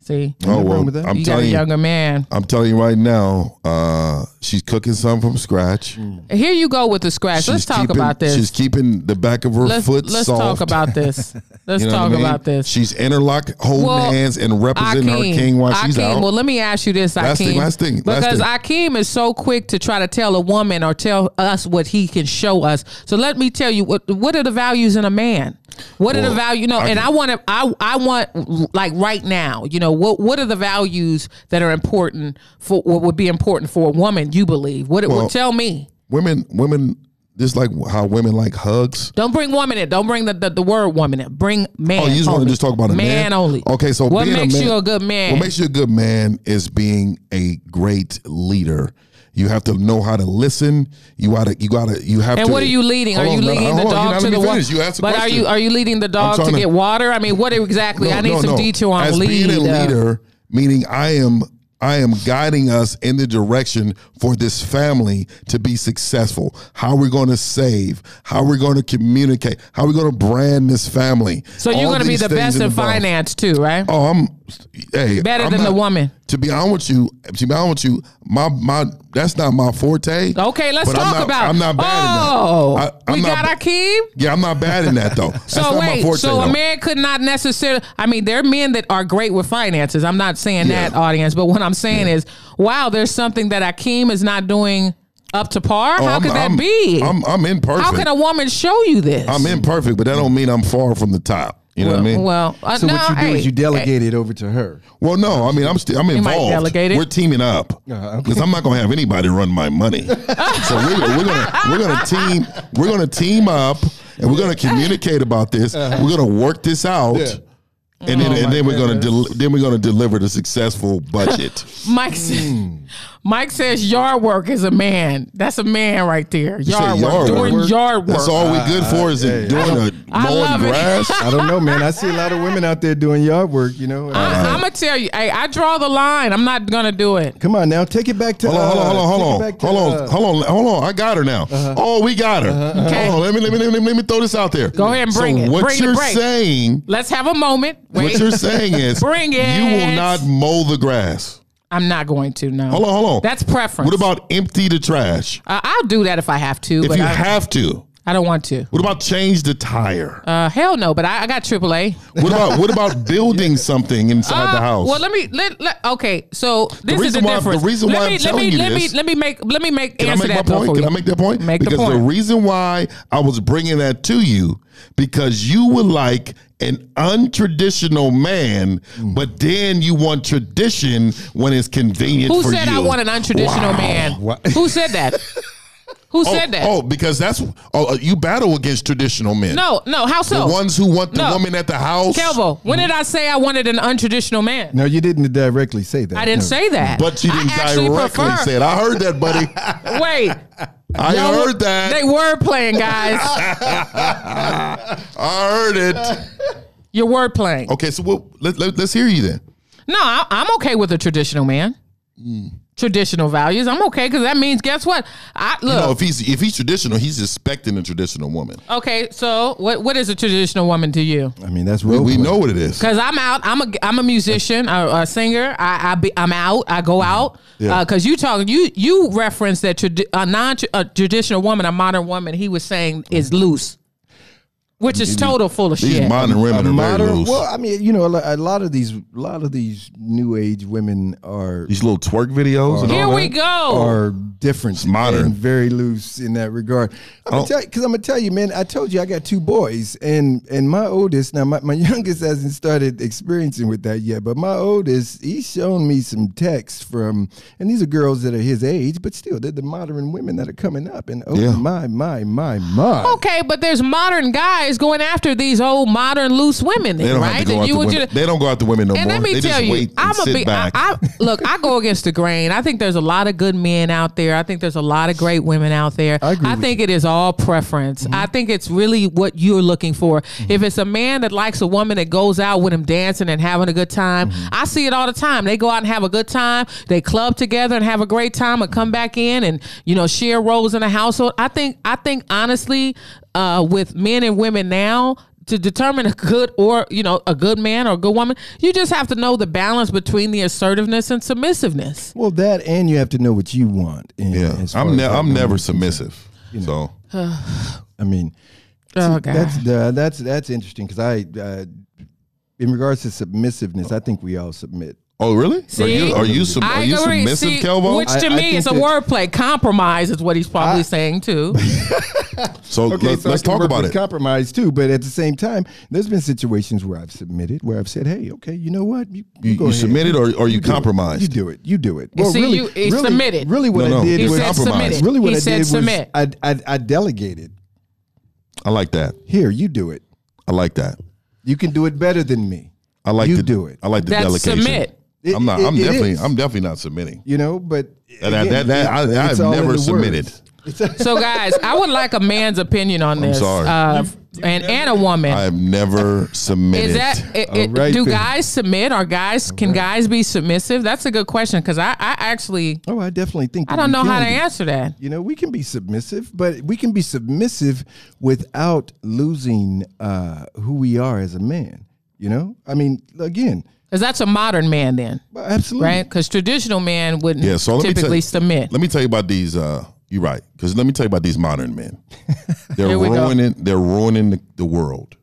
See? Oh Nothing wrong well, with that. I'm you got a telling you, younger man. I'm telling you right now, uh, she's cooking something from scratch. Here you go with the scratch. She's Mm. let's talk keeping- about this. She's keeping the back of her let's foot let's soft. talk about this. Let's You know what I talk mean? about this. She's interlock holding Well, hands and representing her king while she's Akeem, out. Well, let me ask you this, Akeem. Last thing, last thing, last because thing. Akeem is so quick to try to tell a woman or tell us what he can show us. So let me tell you what what are the values in a man? What are the Well, value? No, I and can- I want to. I I want like right now. You know what? What are the values that are important for what would be important for a woman? You believe? What it Well- will tell me? women, women, just like how women like hugs. Don't bring woman in. Don't bring the, the, the word woman in. Bring man. Oh, you just only. want to just talk about a man? only. Okay, so what being makes a man, you a good man? What makes you a good man is being a great leader. You have to know how to listen. You gotta, you gotta, you have and to. what are you leading? Are Hold you on, no, no, leading the hold on. You're dog not to letting the me water? finish. You asked a But are question. you are you leading the dog to trying to- get water? I mean, what exactly? I need no, some no. detail on As lead. being uh, a leader, meaning I am I am guiding us in the direction for this family to be successful. How we're going to save, how we're going to communicate, how we're going to brand this family. so you're All going to be these the things best in involved. finance too, right? Oh, I'm hey, Better I'm than not- the woman. To be honest with you, to be honest with you, my my that's not my forte. Okay, let's Oh, but I'm talk not- about. I'm not bad Oh, in that. I- I'm we not- got Akeem. Yeah, I'm not bad in that though. That's So not my wait, forte. so though. a man could not necessarily. I mean, there are men that are great with finances. I'm not saying Yeah. that audience, but what I'm saying is, wow, there's something that Akeem is not doing up to par. Oh, How I'm- could that I'm- be? I'm I'm imperfect. How can a woman show you this? I'm imperfect, but that don't mean I'm far from the top. You know well, what I mean? well, uh, So no, what you do hey, is you delegate it over to her. Well, no, I mean I'm still I'm might involved. delegate it. We're teaming up Uh, because okay. I'm not gonna have anybody run my money. so we're, we're gonna we're gonna team we're gonna team up and we're gonna communicate about this. Uh-huh. We're gonna work this out. Yeah. And Oh then, and then we're gonna del- then we're gonna deliver the successful budget. Mike, sa- Hmm. Mike says yard work is a man. That's a man right there. You say Yard work. Doing yard work. Ah, That's all we good for is Uh, doing a I mowing love it. grass. I don't know, man. I see a lot of women out there doing yard work. You know. and uh, I- I, am gonna tell you. I, I draw the line. I'm not gonna do it. Come on now, take it back to. Hold on, hold on, hold on, uh, hold take on, it back to, hold uh, Uh-huh. on, hold on, hold on. I got her now. Oh, we got her. Okay. Hold on, let me, let me let me let me throw this out there. Go ahead and bring so it. What Bring the you're break. saying, Let's have a moment. Wait, what you're saying is, Bring it. You will not mow the grass. I'm not going to. No. Hold on, hold on. That's preference. What about empty the trash? Uh, I'll do that if I have to, If but you I, have to. I don't want to. What about change the tire? Uh, hell no. But I, I got AAA. what about what about building something inside the Uh, house? Well, let me let, let okay. So this is the reason why- the difference. reason let why me, I'm let telling me, you let this- me let me make let me make Can I answer make my that though point? for Can you. I make that point? Make because the point. the reason why I was bringing that to you because you were like an untraditional man, Mm. but then you want tradition when it's convenient Who for said you. I want an untraditional man? Who said that? Who oh, said that? Oh, because that's oh, uh, you battle against traditional men. No, no. How so? the ones who want the No. woman at the house. Kelvo, when did I say I wanted an untraditional man? No, you didn't directly say that. I didn't no. say that. But you didn't I actually directly prefer- say it. I heard that, buddy. Wait, I y'all were- heard that. They word playing, guys. I heard it. You're word playing. Okay, so what, let, let, let's hear you then. No, I, I'm okay with a traditional man. Mm. Traditional values. I'm okay because that means guess what? I look. No, if he's if he's traditional, he's expecting a traditional woman. okay, so what? What is a traditional woman to you? I mean, that's We, real. we know what it is. Cause I'm out. I'm a I'm a musician, a, a singer. I, I be, I'm out. I go out. Mm-hmm. Yeah. Uh, Cause you talking you you reference that trad- a non a traditional woman, a modern woman. He was saying is loose, which is total full of Mm-hmm. These shit. modern A women are very modern. loose. Well, I mean, you know, a lo- a lot of these, a lot of these new age women are These little twerk videos. and Here all we that. go. are different, Oh. modern. and very loose in that regard. I'm Oh. gonna tell because I'm gonna tell you, man. I told you I got two boys, and and my oldest now, my, my youngest hasn't started experiencing with that yet, but my oldest, he's shown me some texts from, and these are girls that are his age, but still, they're the modern women that are coming up, and oh Yeah. Oh. my my my my. Okay, but there's modern guys going after these old modern loose women, They then, don't right? have to go That out you to would women. ju- they don't go out to women no and more. let me they tell just you, wait and I'm a sit big. I, back. I, look, I go against the grain. I think there's a lot of good men out there. I think there's a lot of great women out there. I agree with think it is all preference. I think it's really what you're looking for. If it's a man that likes a woman that goes out with him dancing and having a good time, I see it all the time. They go out and have a good time. They club together and have a great time, and come back in and you know share roles in the household. I think. I think honestly, uh, with men and women now, to determine a good or you know a good man or a good woman you just have to know the balance between the assertiveness and submissiveness Well, that and you have to know what you want. And yeah, as far I'm as ne- that I'm goes, never submissive. So I mean, oh That's the, that's that's interesting because I, uh, in regards to submissiveness, I think we all submit. oh really? Are See? you are you, sub- are you submissive, See, Kelvo? Which to I- I me think is a that- wordplay. Compromise is what he's probably saying too. so let's, I let's can talk work about with it. Compromise too, but at the same time, there's been situations where I've submitted, where I've said, "Hey, okay, you know what? You, You, you submitted or or you do it. You compromised? do it. You do it. Well, see, you- he really, submitted. Really, what No, no. I did He was said compromise. submitted. really what He I said did was submit. I, I I delegated. I like that. Here, you do it. I like that. You can do it better than me. I like you the, do it. I like the That's delegation. submit. It- I'm not. it- I'm it definitely. is. I'm definitely not submitting. You know, but That- that- again, that- I- I it's have all in never the words. submitted. It's- So guys, I would like a man's opinion on this. sorry. Uh, and and a woman. I have never submitted. is that it, All it- right, do then. guys submit? Are guys can guys be submissive? That's a good question because I, I actually oh, I definitely think. I that don't we know how can to do it. answer that. You know, we can be submissive, but we can be submissive without losing uh, who we are as a man. You know, I mean, again, Because that's a modern man then, But absolutely. right? Because traditional man wouldn't Yeah, so let me tell typically you- submit. Let me tell you about these. Uh, you're right, because let me tell you about these modern men. They're Here we go. ruining. They're ruining the, the world.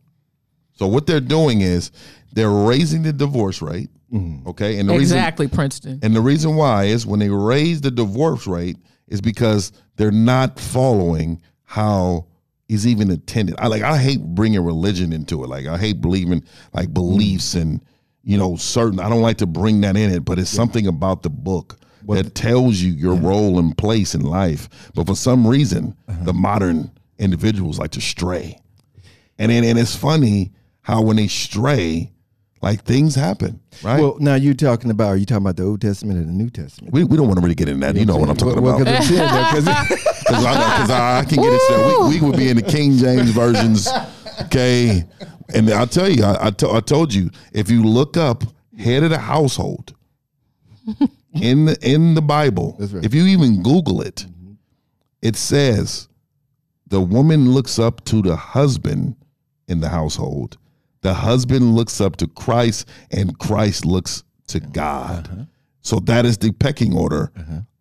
So what they're doing is they're raising the divorce rate. Mm. Okay, and the reason Exactly, Princeton. and the reason why is when they raise the divorce rate is because they're not following how is even attended. I like I hate bringing religion into it. Like I hate believing like beliefs and you know certain. I don't like to bring that in it, but it's something about the book that tells you your role and place in life. But for some reason, the modern individuals like to stray. And and, and it's funny how when they stray, like things happen, right? Well, now you're talking about, are you talking about the Old Testament or the New Testament? we, we don't want to really get into that. You know what I'm talking Well, about. 'cause it's in there, 'cause- Because I, 'cause I, I can get into that. We, we would be in the King James versions, okay? And I'll tell you, I, I, to, I told you, if you look up head of the household in the, in the Bible, That's right. if you even Google it, it says the woman looks up to the husband in the household. The husband looks up to Christ, and Christ looks to God. Uh-huh. So that is the pecking order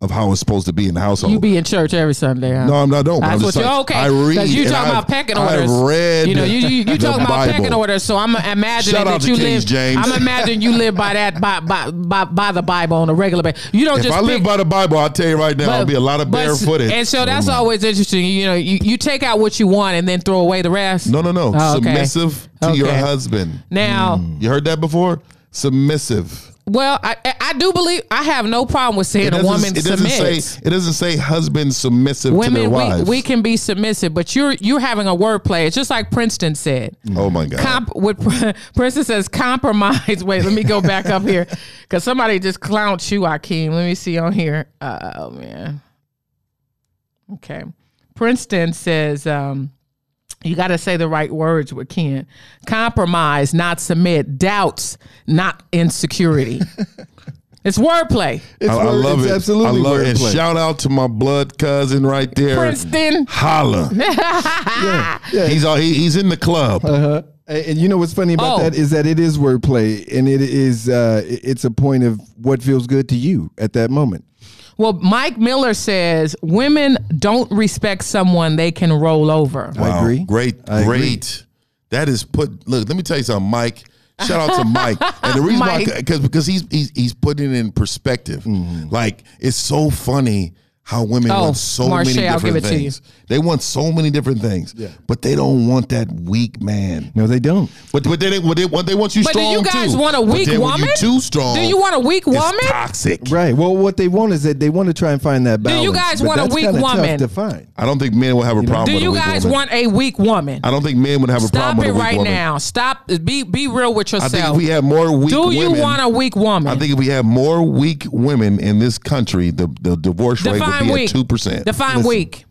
of how it's supposed to be in the household. You be in church every Sunday. Huh? No, I'm not. Don't. but I'm That's what just you're saying, okay. I read. 'cause you and talking I've- about pecking orders. I've read. You know, you you, you the talking about Bible. pecking orders. So I'm imagining Shout that out to you King live. James. I'm imagining you live by that by by by, by the Bible on a regular basis. You don't If just I pick, live by the Bible, I'll tell you right now, I'll be a lot of but- barefooted. Mm. And so that's always interesting. You know, you, you take out what you want and then throw away the rest. no, no, no. Oh, okay. Submissive to your Okay. husband. Now, You heard that before? Submissive. well, I I- I do believe I have no problem with saying a doesn't- woman it doesn't submits. say. It doesn't say husband submissive to their Women, we, wives. we can be submissive, but you're you're having a wordplay. It's just like Princeton said. oh my God. comp what Princess says compromise. Wait, let me go back up here because somebody just clowned you, Akeem. Let me see on here. Uh, oh man. Okay, Princeton says um, you got to say the right words with Ken. Compromise, not submit. Doubts, not insecurity. it's wordplay. it's I, I word- love it's it. Absolutely. I love it. And wordplay. shout out to my blood cousin right there. Princeton. Holla. Yeah. He's all, he, he's in the club. Uh-huh. And and you know what's funny about Oh. that is that it is wordplay, and it is uh, i- it's a point of what feels good to you at that moment. Well, Mike Miller says women don't respect someone they can roll over. I agree. Great, I agree. great. That is put. Look, let me tell you something, Mike. Shout out to Mike, and the reason why, Mike. Mm-hmm. because because he's, he's he's putting it in perspective. Like it's so funny how women Oh, want so Marche, many I'll different give it to you. things. They want so many different things, but they don't want that weak man. No, they don't. But but they what they want they want you But do strong you guys too. want a But weak then when you woman? too strong. Do you want a weak it's woman? Toxic. Right. Well, what they want is that they want to try and find that Do balance. you guys but want a that's weak kinda tough woman? to find? I don't think men will have a problem. Do with a you weak guys woman. want a weak woman? I don't think men would have a problem Stop with it a weak right woman. now. Stop. Be be real with I think yourself. if we had more weak Do you women, want a weak woman? I think if we had more weak women in this country, the, the divorce rate define would be weak. at two percent. Define weak.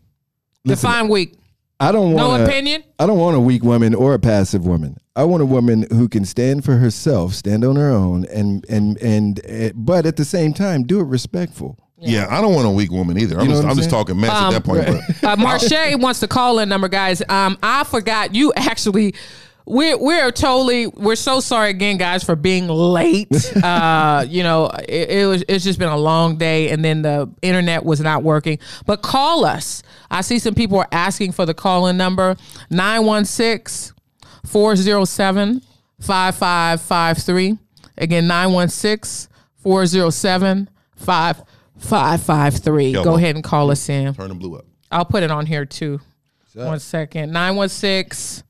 define weak. I don't No want opinion? I don't want a weak woman or a passive woman. I want a woman who can stand for herself, stand on her own, and and and, eh, but at the same time, do it respectful. yeah. I don't want a weak woman either. I'm, know just, what I'm I'm just saying? talking mess at that point. but- Uh, Marche wants the call in number, guys. Um, I forgot you actually. We're we're totally we're so sorry again, guys, for being late. Uh, you know, it, it was it's just been a long day, and then the internet was not working. But call us. I see some people are asking for the call in number 916 407 5553. Again, 916 407 5553. Yo, Go Mo. ahead and call us in. Turn the blue up. I'll put it on here too. One second. 916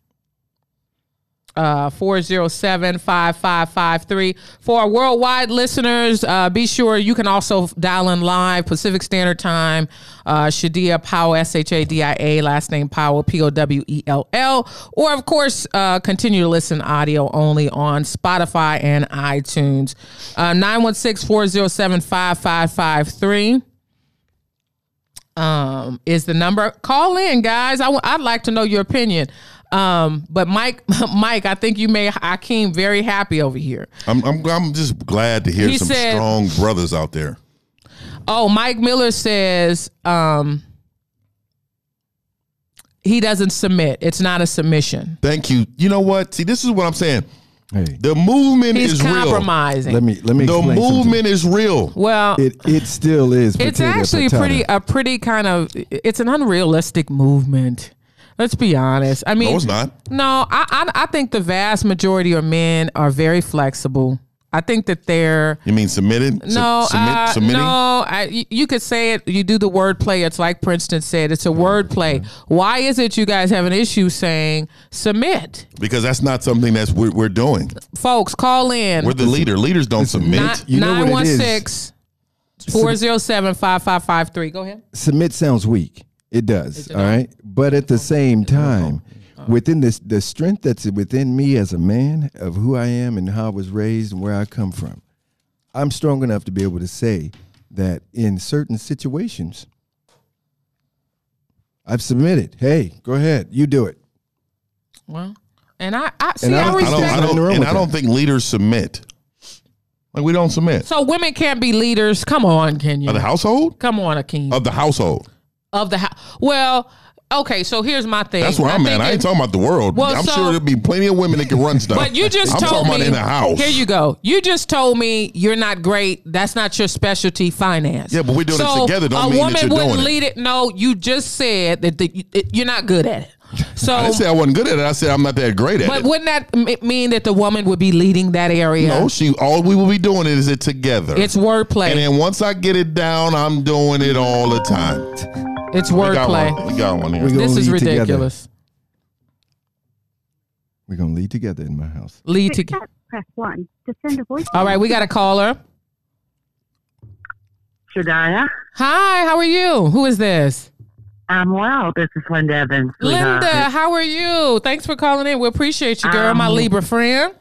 uh 407-5553 for our worldwide listeners uh, be sure you can also dial in live pacific standard time uh, shadia powell s-h-a-d-i-a last name powell p-o-w-e-l-l E or of course uh, continue to listen audio only on spotify and itunes uh, 916-407-5553 um, is the number. Call in, guys. I w- I'd like to know your opinion. Um, but Mike, Mike, I think you made Akeem very happy over here. I'm, I'm I'm just glad to hear He some said- strong brothers out there. Oh, Mike Miller says um, he doesn't submit. It's not a submission. Thank you. You know what? See, this is what I'm saying. Hey, The movement He's is real. compromising. let me let me The explain something. movement is real. well, It it still is. it's potato, actually potato. pretty a pretty kind of it's an unrealistic movement. Let's be honest. I mean, No, it's not. No, I, I I think the vast majority of men are very flexible. I think that they're You mean submitted? Su- no, submit, uh, submitting? no. I, you- you could say it. You do the word play. It's like Princeton said. It's a Oh, word play. Why is it you guys have an issue saying submit, Because that's not something that's we're, we're doing. folks? Call in We're the leader. Leaders don't submit. You know what it nine one is? six. 407-5553. Go ahead. submit sounds weak. It does. all right. But at the same time, within this the strength that's within me as a man of who I am and how I was raised and where I come from, I'm strong enough to be able to say that in certain situations, I've submitted. Hey, go ahead. You do it. Well, and I, I see. And I I, don't- I I respect. don't, I Nothing wrong don't, and with I don't think leaders submit. Like we don't submit. so women can't be leaders. Come on, Of the Kenya. household? Come on, Akeem. Of the household. of the house. Well, okay, so here's my thing. That's where I'm at. think I ain't it- talking about the world. Well, I'm so- sure there'll be plenty of women that can run stuff. But you just I'm told talking me about in the house. Here you go. You just told me you're not great. That's not your specialty. Finance. Yeah, but we're doing it So together don't a mean that woman you're wouldn't doing it. lead it. No, you just said that the, you- it- you're not good at it. I So, didn't say I wasn't good at it. I said I'm not that great at but it. wouldn't that m- mean that the woman would be leading that area? No, she. All we will be doing is it together. it's wordplay. and then once I get it down, I'm doing it all the time. it's We got wordplay. one. We got one here. We go- This Gonna is lead together. ridiculous. We're gonna lead together in my house. Lead Six together. up, press one. To send a voice. All right, we got a caller. Shadaya. Hi, how are you? Who is this? I'm well. Um, This is Linda Evans. sweetheart. Linda, how are you? Thanks for calling in. We appreciate you, girl, my Um, Libra friend.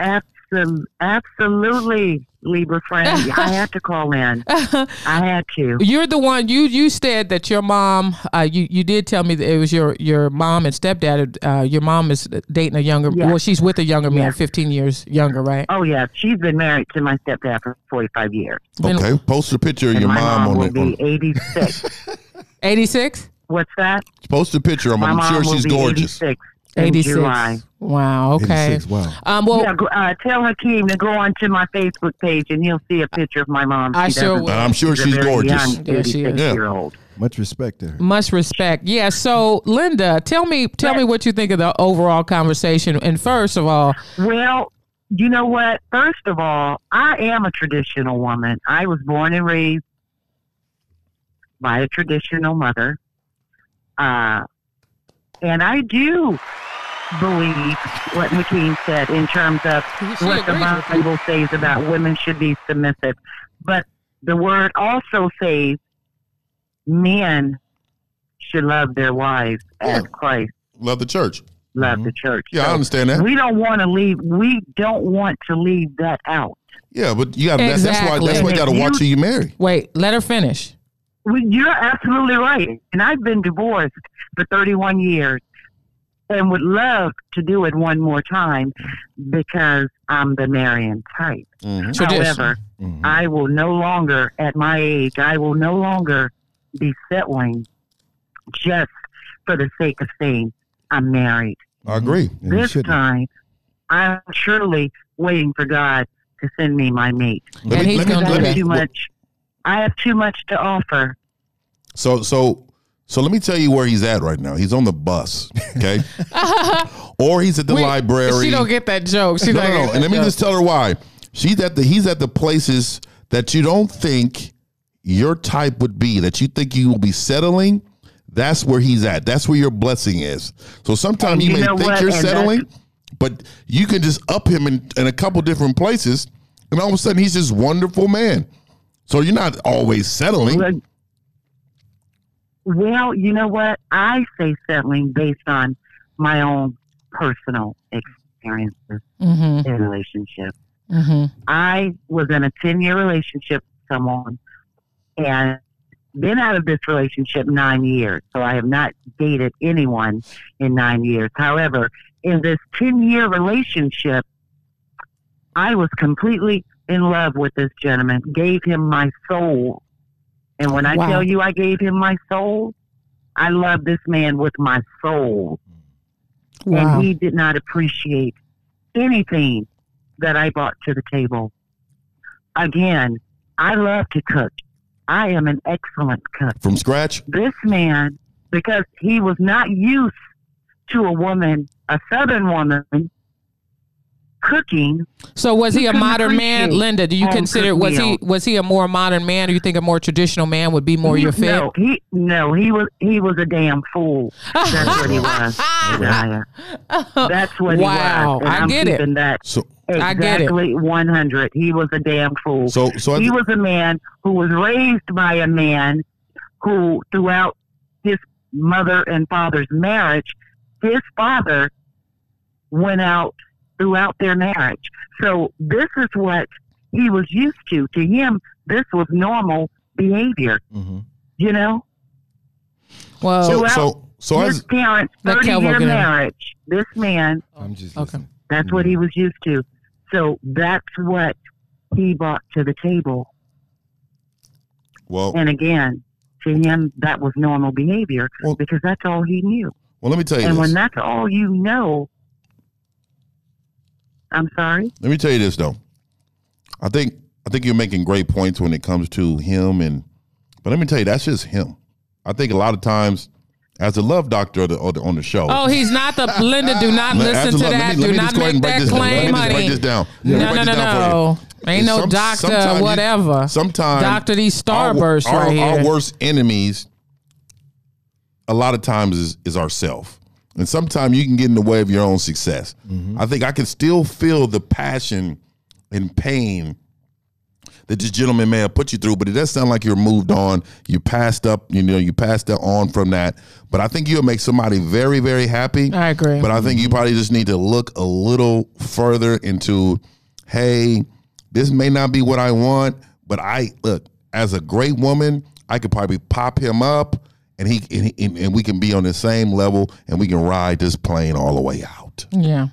Absol- absolutely, Libra friend. I had to call in. I had to. You're the one. You you said that your mom. Uh, you you did tell me that it was your your mom and stepdad. Uh, your mom is dating a younger. Yes. Well, she's with a younger man, Yes. 15 years younger, right? Oh, yeah. She's been married to my stepdad for 45 years. Okay, post a picture of And your my mom, on will the. be 86. 86. What's that? Post a picture. I'm, My I'm mom sure will she's be gorgeous. 86 in 86. July. Wow. Okay. 86, wow. Um. Well, Yeah, go- uh, tell Hakeem to go onto my Facebook page and he'll see a picture of my mom. I She sure doesn't- will. I'm sure a she's very gorgeous. Young, Yeah, she is. 86 Yeah. year old. Much respect to her. much respect. Yeah. So, Linda, tell me tell me what you think of the overall conversation. And first of all, Well, you know what? First of all, I am a traditional woman. I was born and raised by a traditional mother. Uh, and I do believe what McKean said in terms of she what the agrees with you. Bible says about women should be submissive. But the word also says men should love their wives as Yeah. Christ Love the church. Mm-hmm. loved the church. Yeah, I So- understand that. we don't want to leave. We don't want to leave that out. Yeah, but you got to that's, that's why that's why you got to Exactly. watch who you marry. wait, let her finish. We, you're absolutely right. And I've been divorced for 31 years, and would love to do it one more time because I'm the Marian type. Tradition. However, Mhm. I will no longer, at my age, I will no longer be settling just for the sake of saying I'm married. I agree. And you this shouldn't. time, I'm truly waiting for God to send me my mate. And he's gonna I do have that. too much. I have too much to offer. So so so let me tell you where he's at right now. He's on the bus, okay? or he's at the Wait, library. She don't get that joke. She's no, like, no, no. And let me just tell her why. She's at the he's at the places that you don't think your type would be, that you think you will be settling. That's where he's at. That's where your blessing is. So sometimes And you, you may know think what? you're And that's- settling, but you can just up him in, in a couple different places, and all of a sudden he's this wonderful man. So you're not always settling. Well, well, you know what? I say settling based on my own personal experiences Mm-hmm. in relationships. Mm-hmm. I was in a 10 year relationship with someone and been out of this relationship nine years. So I have not dated anyone in nine years. However, in this 10 year relationship, I was completely in love with this gentleman, gave him my soul. And when I Wow. tell you I gave him my soul, I love this man with my soul. Wow. And he did not appreciate anything that I brought to the table. Again, I love to cook. I am an excellent cook. From scratch? This man, because he was not used to a woman, a Southern woman, cooking. So was he a couldn't modern man, appreciate Linda? Do you home consider cooked was he meal. was he a more modern man, or you think a more traditional man would be more your fit? No, he no, he was he was a damn fool. That's what he was. Jaya. That's what Wow, he was. and I I'm get it. keeping That So I exactly get it. 100. He was a damn fool. so so he was a man who was raised by a man who, throughout his mother and father's marriage, his father went out throughout their marriage. So this is what he was used to. To him, this was normal behavior. Mhm. You know, Well, so throughout so so his as parents' Let Kel thirty-year Wilkin in. marriage, this man I'm just Okay. listening. That's what he was used to. So that's what he brought to the table. well And again, to him, that was normal behavior Well- because that's all he knew. well let me tell you and this. when that's all you know, I'm sorry. Let me tell you this though. I think I think you're making great points when it comes to him and but let me tell you that's just him. I think a lot of times as a love doctor on the, on the- on the show. oh, he's not the Linda. Do not Let- listen as a to love- that. do not ahead make break that this down. claim, Let me honey. just break this down. Let me No, no, break no, this down for you. no. Ain't And no some- doctor, sometimes you- whatever. Sometimes Doctor, these our- starbursts our, right Our here. worst enemies, a lot of times, is, is ourself. And sometimes you can get in the way of your own success. Mm-hmm. I think I can still feel the passion and pain that this gentleman may have put you through, but it does sound like you're moved on. You passed up, you know, you passed that on from that. But I think you'll make somebody very, very happy. I agree. But I think you probably just need to look a little further into, hey, this may not be what I want, but I look as a great woman, I could probably pop him up, and he and, and, and we can be on the same level, and we can ride this plane all the way out. yeah.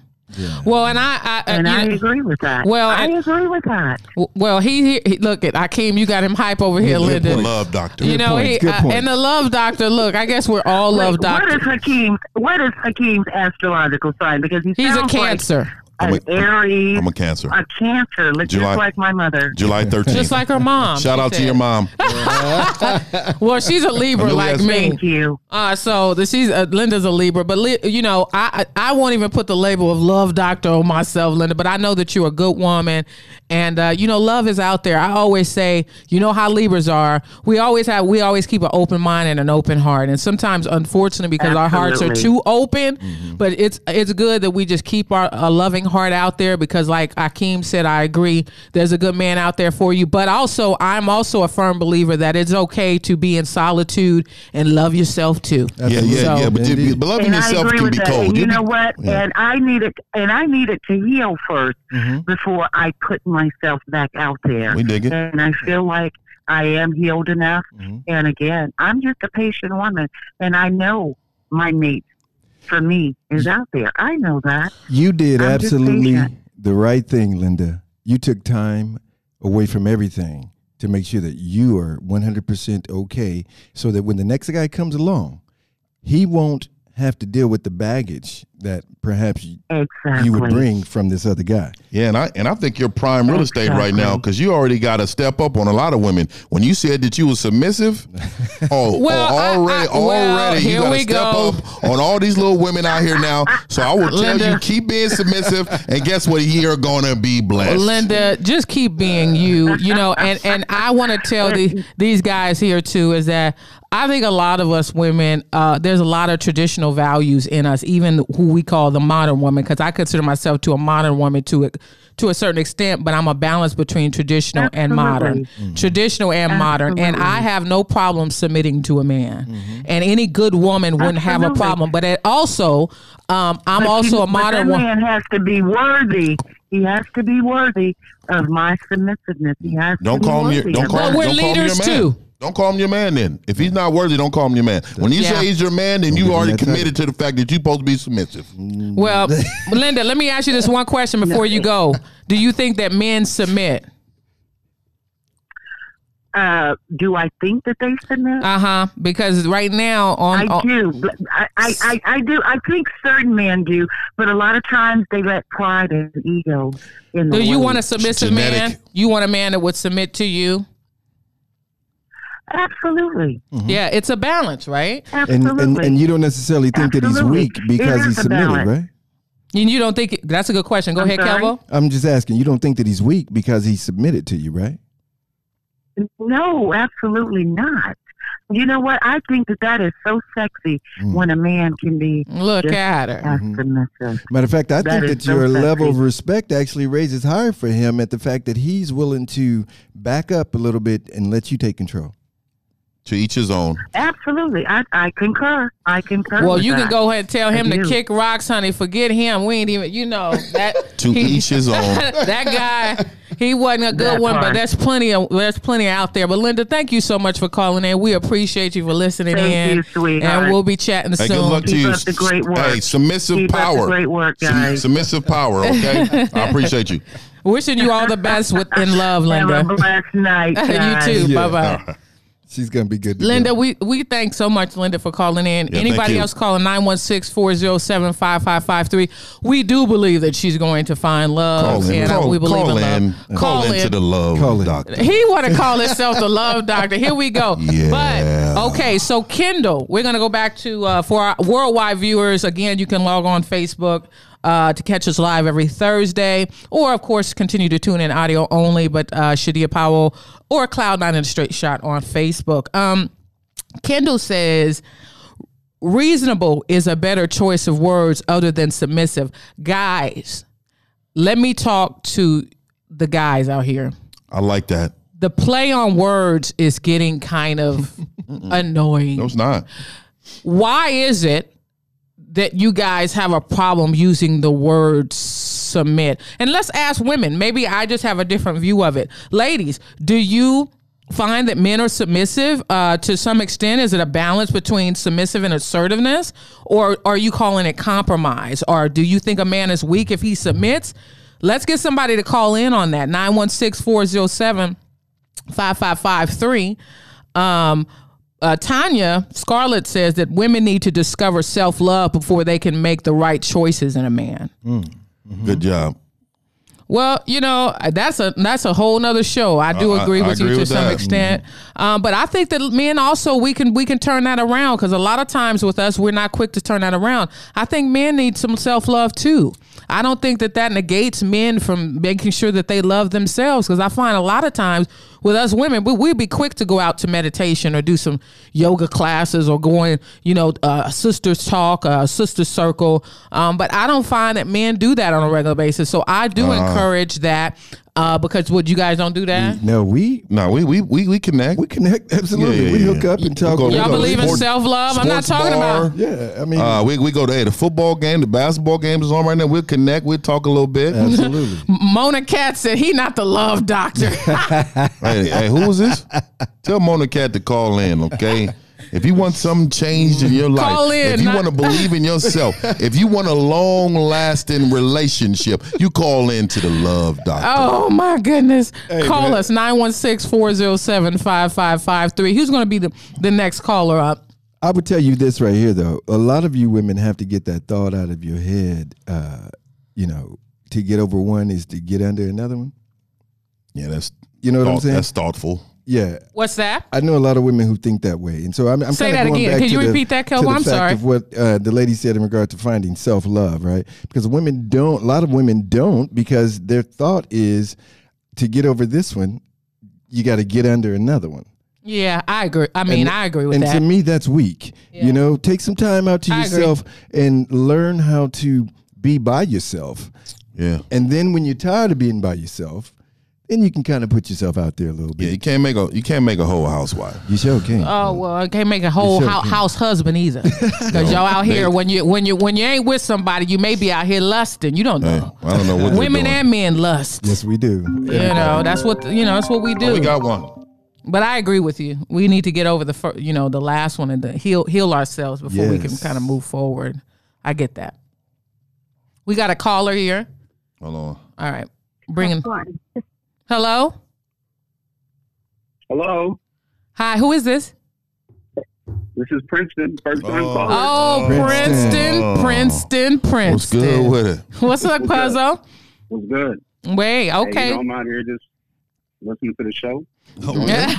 Well, and I, I, uh, And you I know- agree with that. Well, uh, I I- agree with that. w- well, he, he- he look at Akeem. You got him hype over here, Good Linda. love, doctor. You know, points, he, good uh, points. and the love doctor. Look, I guess we're all love Wait, what is doctors. Hakeem's what is Hakeem's astrological sign? Because he He's a sounds cancer, like I'm an a- Aries, I'm a cancer. a cancer, look July- just like my mother. July 13th. just like her mom. Shout she out to said. your mom. Well, she's a Libra Amelia like has- me. Thank you. Uh, so the, she's uh, Linda's a Libra, but li- you know, I, I I won't even put the label of love doctor on myself, Linda. But I know that you're a good woman, and uh, you know, love is out there. I always say, you know how Libras are. We always have, we always keep an open mind and an open heart, and sometimes, unfortunately, because our hearts are Absolutely. too open, but it's it's good that we just keep our a loving heart out there because, like Akeem said, I agree. There's a good man out there for you, but also I'm also a firm believer that it's okay to be in solitude and love yourself too. Yeah, yeah, So- yeah. But, you- Indeed. but loving and I yourself agree can with be that. cold. And you be- know what? Yeah. Mm-hmm. And I needed and I needed to heal 1st before I put myself back out there. We dig it. Mm-hmm. And I feel like I am healed enough. And again, I'm just a patient woman, and I know my mate for me is out there. I know that. You did I'm just absolutely patient. the right thing, Linda. You took time away from everything to make sure that you are 100% okay so that when the next guy comes along, he won't have to deal with the baggage that perhaps you- Exactly. you would bring from this other guy. Yeah, and I and I think you're prime real estate right now Exactly. because you already got to step up on a lot of women. When you said that you were submissive, oh, Well, oh, I- I- already, well, already, you here got to we step go. up on all these little women out here now. So I will tell you, Linda. keep being submissive, and guess what? You're gonna be blessed. Linda, just keep being you, you know, and and I want to tell the, these guys here too is that I think a lot of us women, uh, there's a lot of traditional values in us, even who we call the modern woman, because I consider myself to a modern woman to a, to a certain extent, but I'm a balance between traditional and modern, traditional and modern, and I have no problem submitting to a man, and any good woman wouldn't have a Absolutely. problem. But it also, um, I'm also a But that modern woman. man has to be worthy. He has to be worthy of my submissiveness. He has Don't to be call him worthy your. Don't of call that. him. Well, we're don't call him leaders, your man. too. Don't call him your man. Then, if he's not worthy, don't call him your man. When you Yeah. say he's your man, then you give him already that committed to the fact that you're supposed to be submissive. Well, Linda, let me ask you this one question before you go. Do you think that men submit? uh, do I think that they submit? Uh huh. Because right now on, I on do. but I, I, I, I do. I think certain men do, but a lot of times they let pride and ego in the do you way. want a submissive genetic. man? You want a man that would submit to you? Absolutely. Mm-hmm. Yeah, it's a balance, right? Absolutely. And, and and you don't necessarily think that he's Absolutely. weak It because is he's a submitted, balance. right? And you don't think that's a good question. Go I'm ahead, sorry? Kelvo. I'm just asking. You don't think that he's weak because he submitted to you, right? No, absolutely not. You know what? I think that that is so sexy Mm. when a man can be Look Just- at her. uh, Mhm. submissive. Matter of fact, I That think is that so your sexy. level of respect actually raises higher for him at the fact that he's willing to back up a little bit and let you take control. To each his own. Absolutely. I, I concur. I concur. Well, with you can that. go ahead and tell him I to do. kick rocks, honey. Forget him. We ain't even, you know, that To he- each his own. that guy, he wasn't a good That one, but part. there's plenty of there's plenty out there. But Linda, thank you so much for calling in. We appreciate you for listening Thank in, you, sweetheart. and we'll be chatting soon. Hey, good luck to Keep you. up the great work. Hey, submissive Keep up the power. great work, Sub- guys. submissive power. Okay, I appreciate you. Wishing you all the best with in love, Have a Linda. blessed night. you guys. too. Yeah. Bye bye. She's gonna be good. To Linda, go. we, we thank so much, Linda, for calling in. thank Anybody you. else calling 916 407 5553. We do believe that she's going to find love. Call in. and Call, we believe call in in. love. Call into the love Call in. doctor. He want to call himself the love doctor. Here we go. But okay, so Kindle, we're gonna go back to uh, for our worldwide viewers. Again, you can log on Facebook. Uh, to catch us live every Thursday, or of course, continue to tune in audio only. But uh, Shadia Powell or Cloud Nine in a Straight Shot on Facebook. Um, Kendall says, reasonable is a better choice of words other than submissive. Guys, let me talk to the guys out here I like that. the play on words is getting kind of annoying. No, it's not. Why is it that you guys have a problem using the word submit? And let's ask women. Maybe I just have a different view of it. Ladies, do you find that men are submissive uh, to some extent? Is it a balance between submissive and assertiveness? Or are you calling it compromise? Or do you think a man is weak if he submits? Let's get somebody to call in on that. 916 407 5553. Um, uh, Tanya Scarlett says that women need to discover self love before they can make the right choices in a man. Mm-hmm. Good job. Well, you know that's a that's a whole nother show. I do Uh, I- agree I with you agree to with some that. extent, um, but I think that men also we can we can turn that around because a lot of times with us we're not quick to turn that around. I think men need some self love too. I don't think that that negates men from making sure that they love themselves because I find a lot of times with us women we we'd be quick to go out to meditation or do some yoga classes or going you know uh, sisters talk, uh, sister circle, um, but I don't find that men do that on a regular basis. So I do encourage that uh, because what you guys don't do that. no, we No, we we we, we connect. we connect absolutely. Yeah, yeah, we yeah. hook up and talk. Y'all We Y'all go- believe in Sport- self love? I'm not sports talking bar. about. Yeah, I mean, Uh, we, we go to hey, the football game, the basketball game is on right now. We'll connect. We'll talk a little bit. absolutely. Mona Cat said he not the love doctor. hey, hey, who is this? Tell Mona Cat to call in, okay? If you want something changed in your life, Call in, if you not- want to believe in yourself, if you want a long lasting relationship, you call in to the love doctor. oh my goodness. Call us 916-407-5553. Who's going to be the, the next caller up? I would tell you this right here, though. A lot of you women have to get that thought out of your head. Uh, you know, to get over one is to get under another one. Yeah, that's You know what I'm thought, saying? that's thoughtful. yeah, What's that? I know a lot of women who think that way, and so I'm, I'm Say kinda that going again. Back Can to you the- repeat that, to Kelbo? the I'm fact sorry. Of what uh, the lady said in regard to finding self love, right? Because women don't. A lot of women don't because their thought is to get over this one, you got to get under another one. Yeah, I agree. I mean, And- I agree with and that. to me, that's weak. You know, take some time out to I agree. yourself and learn how to be by yourself. Yeah. And then when you're tired of being by yourself, then you can kind of put yourself out there a little Yeah, bit. you can't make a you can't make a whole housewife. You sure can. Oh well, I can't make a whole Sure hou- can. house husband either, because y'all out here when you when you when you ain't with somebody, you may be out here lusting. You don't Hey, know. I don't know what they're Women doing. and men lust. yes, Oh, we do. You know that's what you know that's what we do. Oh, we got one. but I agree with you. We need to get over the fir- you know the last one and the heal heal ourselves before we can Yes. kind of move forward. I get that. We got a caller here. Hold on. All right, bringing One. hello. Hello, Hi, who is this? this is Princeton, first time Oh. caller. Oh, Princeton, Princeton, Princeton. Princeton. What's good with it? What's up, Puzzle? What's good? Wait, Hey, you okay. know, I'm out here just listening to the show. All right.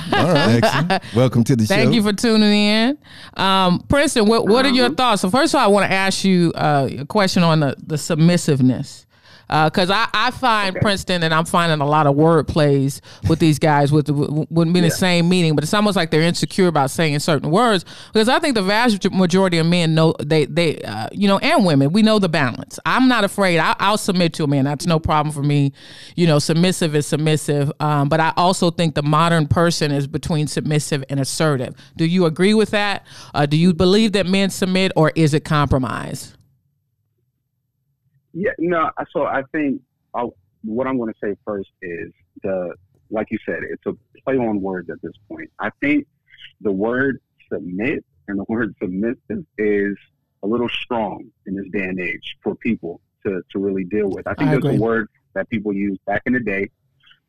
Excellent. Welcome to the show. Thank you for tuning in, um, Princeton. What What are your thoughts? So first of all, I want to ask you uh, a question on the the submissiveness. Because I, I find Princeton and I'm finding a lot of word plays with these guys with wouldn't be the same meaning, but it's almost like they're insecure about saying certain words. Because I think the vast majority of men know they they uh, you know and women we know the balance. I'm not afraid. I, I'll submit to a man. That's no problem for me. You know, submissive is submissive. Um, but I also think the modern person is between submissive and assertive. Do you agree with that? Uh, do you believe that men submit, or is it compromise? Yeah, no. I- So I think i what I'm going to say first is the like you said, it's a play on words at this point. I think the word submit and the word submissive is a little strong in this day and age for people to, to really deal with. I think I it's agree. a word that people used back in the day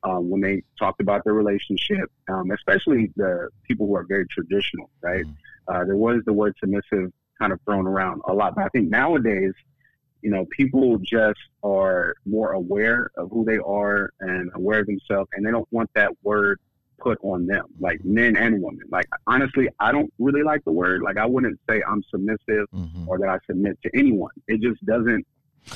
um, when they talked about their relationship, um, especially the people who are very traditional, right? Uh, there was the word submissive kind of thrown around a lot. But I think nowadays, you know, people just are more aware of who they are and aware of themselves, and they don't want that word put on them, like men and women. Like, honestly, I don't really like the word. Like, I wouldn't say I'm submissive Mm-hmm. Mhm. Mm-hmm. or that I submit to anyone. It just doesn't.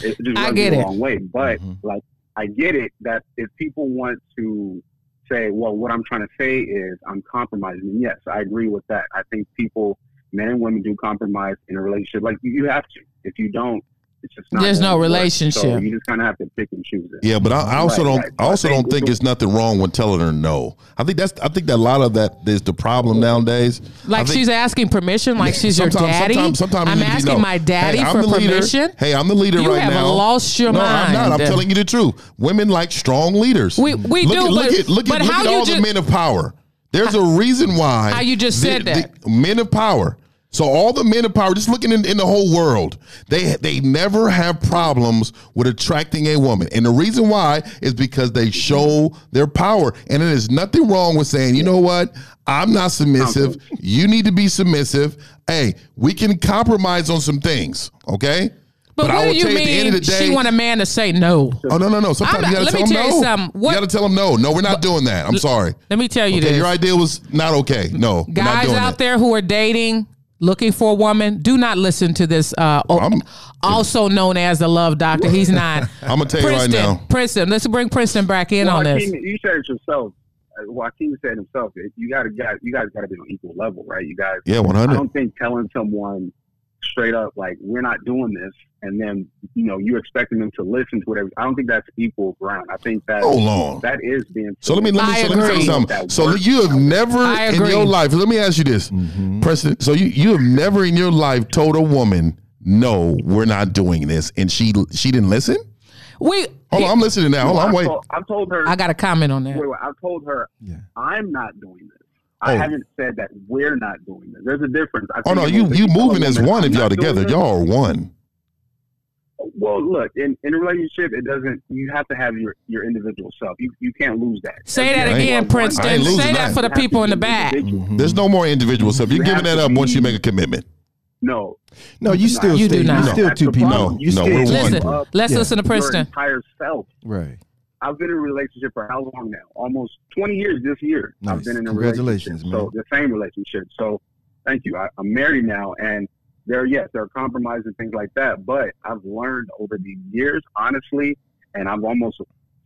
It just I rubs get me it. Mm-hmm. the wrong way. But Mhm. like, I get it that if people want to say, well, what I'm trying to say is I'm compromising. And yes, I agree with that. I think people, men and women, do compromise in a relationship. Like you, you have to. If you don't, it's just not. There's gonna no work. So relationship. you just kind of have to pick and choose it. Yeah, but I, I also Right, don't. right. I also I think don't think it's- it's nothing wrong with telling her no. I think that's. I think that a lot of that is the problem nowadays. I Like think- she's asking permission, like she's your Sometimes- daddy. Sometimes, sometimes I'm you need to asking know, my daddy hey, I'm for the leader. permission. Hey, I'm the leader You right have now. lost your no, I'm not. mind. I'm telling you the truth. Women like strong leaders. We- we look do, At, look but- at look but at, look how at you all the ju- men of power. There's a reason why. How you just the- said that. the men of power. So all the men of power, just looking in, in the whole world, they they never have problems with attracting a woman, and the reason why is because they show their power, and it is nothing wrong with saying, you know what, I'm not submissive. You need to be submissive. Hey, we can compromise on some things, okay? but, what will do you tell at the end mean of the she day- want a man to say no? Oh no no no! I'm Sometimes not- you gotta let me tell them tell no. you something. What- you gotta tell them no. No, we're not doing that. I'm sorry. Let me tell you Okay, this. your idea was not okay. No, we're not guys doing out it. there who are dating looking for a woman do not listen to this uh, o- I'm- also known as the love doctor he's not I'm gonna tell you right princeton now. princeton let's bring princeton back in on Joaquin, this You said it yourself. Uh, Joaquin said himself. it- You got to guys. You guys got to be on equal level, right? You guys. Yeah, I 100. don't think telling someone straight up like we're not doing this, and then you know you expecting them to listen to whatever. I don't think that's equal ground. I think that Hold on. that is being. Oh. So let me let me, I so let me tell agree. you something. So you have never I in agree. Mm-hmm. your life. Let me ask you this, Preston. So you you have never in your life told a woman, "No, we're not doing this," and she she didn't listen. we Hold on, I'm listening now. Hold on, I've wait. told- I've told her. i got a comment on wait, that wait, I've told her Yeah. I'm not doing this. I Oh. haven't said that we're not doing this. There's a difference. I Oh think no, it's you okay you to tell a moving as woman, one "I'm if y'all not doing together. this." Y'all are one. Mm-hmm. Well, look, in, in a relationship, it doesn't. You have to have your, your individual self. You you can't lose that. say that I ain't- again I princeton ain't losing say that that. Mm-hmm. for the You have to people in the be back individual. There's no more individual stuff. You're You giving have that to up once you be- make a commitment. No, No, you No. still You stay, do not. You're still That's two the people. problem. you No, still we're two one. listen people. let's Yeah. listen to your princeton entire self. Right. I've been in a relationship for how long now? Almost 20 years this year. Nice. I've been in a Congratulations, relationship. So the same relationship. So thank you. I, I'm married now and there, yes, there are compromises and things like that. But I've learned over the years, honestly, and I've almost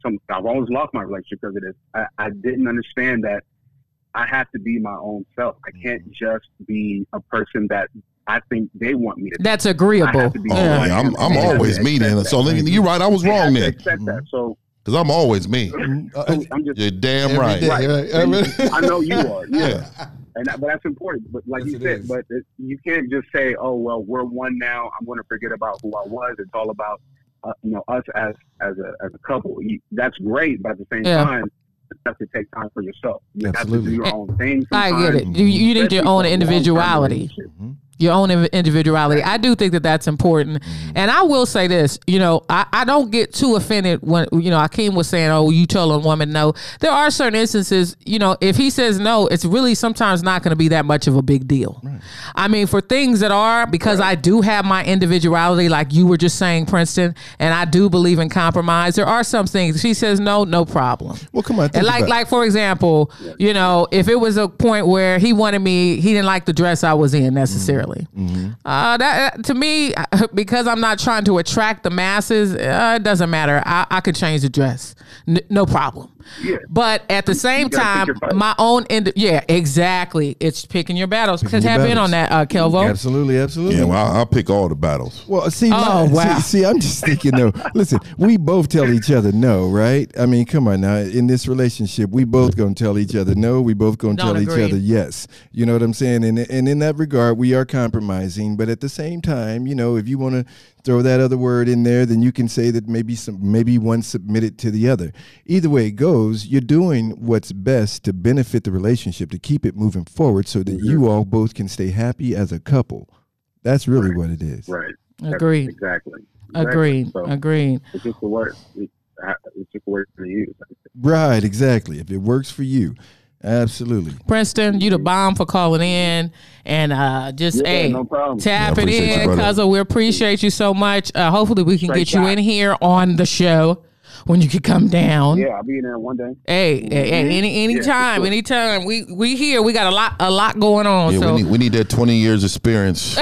some, I've almost lost my relationship because of this. I, I didn't understand that I have to be my own self. I Mm-hmm. can't just be a person that I think they want me to be. that's I agreeable have to be Oh, Yeah. yeah, I'm, I'm They have always to me accept then. that. So then you're right. I was They wrong have to then accept that. Mm-hmm. So because I'm always me. Uh, I'm just You're damn every right. day, Right. right, And every- I know you are. Yeah. Yeah. And that, but that's important. But like Yes, you it said, is. but it, you can't just say, "Oh well, we're one now. I'm going to forget about who I was." It's all about uh, you know us as as a as a couple. You, that's great, but at the same Yeah. time, you have to take time for yourself. You have to Absolutely. do your own thing. i get sometimes, it you, you need especially your for a own long-term individuality relationship. your own in- individuality. I do think that that's important. Mm-hmm. And I will say this, you know, I, I don't get too offended when, you know, Akeem was saying, oh, you tell a woman no. There are certain instances, you know, if he says no, it's really sometimes not going to be that much of a big deal. I mean, for things that are, because I do have my individuality, like you were just saying, Princeton, and I do believe in compromise, there are some things. If she says no, no problem. Well, come on, And think like, about it. like for example, you know, if it was a point where he wanted me, he didn't like the dress I was in necessarily. Mm-hmm. Uh, that to me, because I'm not trying to attract the masses, uh, it doesn't matter. I, I could change the dress, N- no problem. Yeah. But at the same gotta pick time, your fight. my own end. Yeah, exactly. It's picking your battles. Because your have been battles. on that, uh, Kelvo. Absolutely, absolutely. Yeah, well, I'll, I'll pick all the battles. Well, see, Oh, my- wow. see, see, I'm just thinking, no. Listen, we both tell each other no, right? I mean, come on now. In this relationship, we both gonna tell each other no. We both gonna Don't tell agree. each other yes. You know what I'm saying? And and in that regard, we are compromising. But at the same time, you know, if you want to throw that other word in there, then you can say that maybe some maybe one submitted to the other. Either way it goes, you're doing what's best to benefit the relationship, to keep it moving forward, so that you all both can stay happy as a couple. That's really what it is. Right. That's Agreed. Exactly. Exactly. Agreed. So Agreed. It's just a word. It's, uh, it's just a word for you. Right, exactly. If it works for you, absolutely. Princeton, you the bomb for calling in and uh, just Yeah, hey, no problem. tap Yeah, I it appreciate you, in, brother. cuz we appreciate you so much. Uh, hopefully, we can Great get you guy. in here on the show when you can come down. Yeah, I'll be in there one day. Hey, hey, hey, any Yeah, for anytime, sure. anytime. We we here. We got a lot a lot going on. Yeah, so we, need, we need that 20 years experience.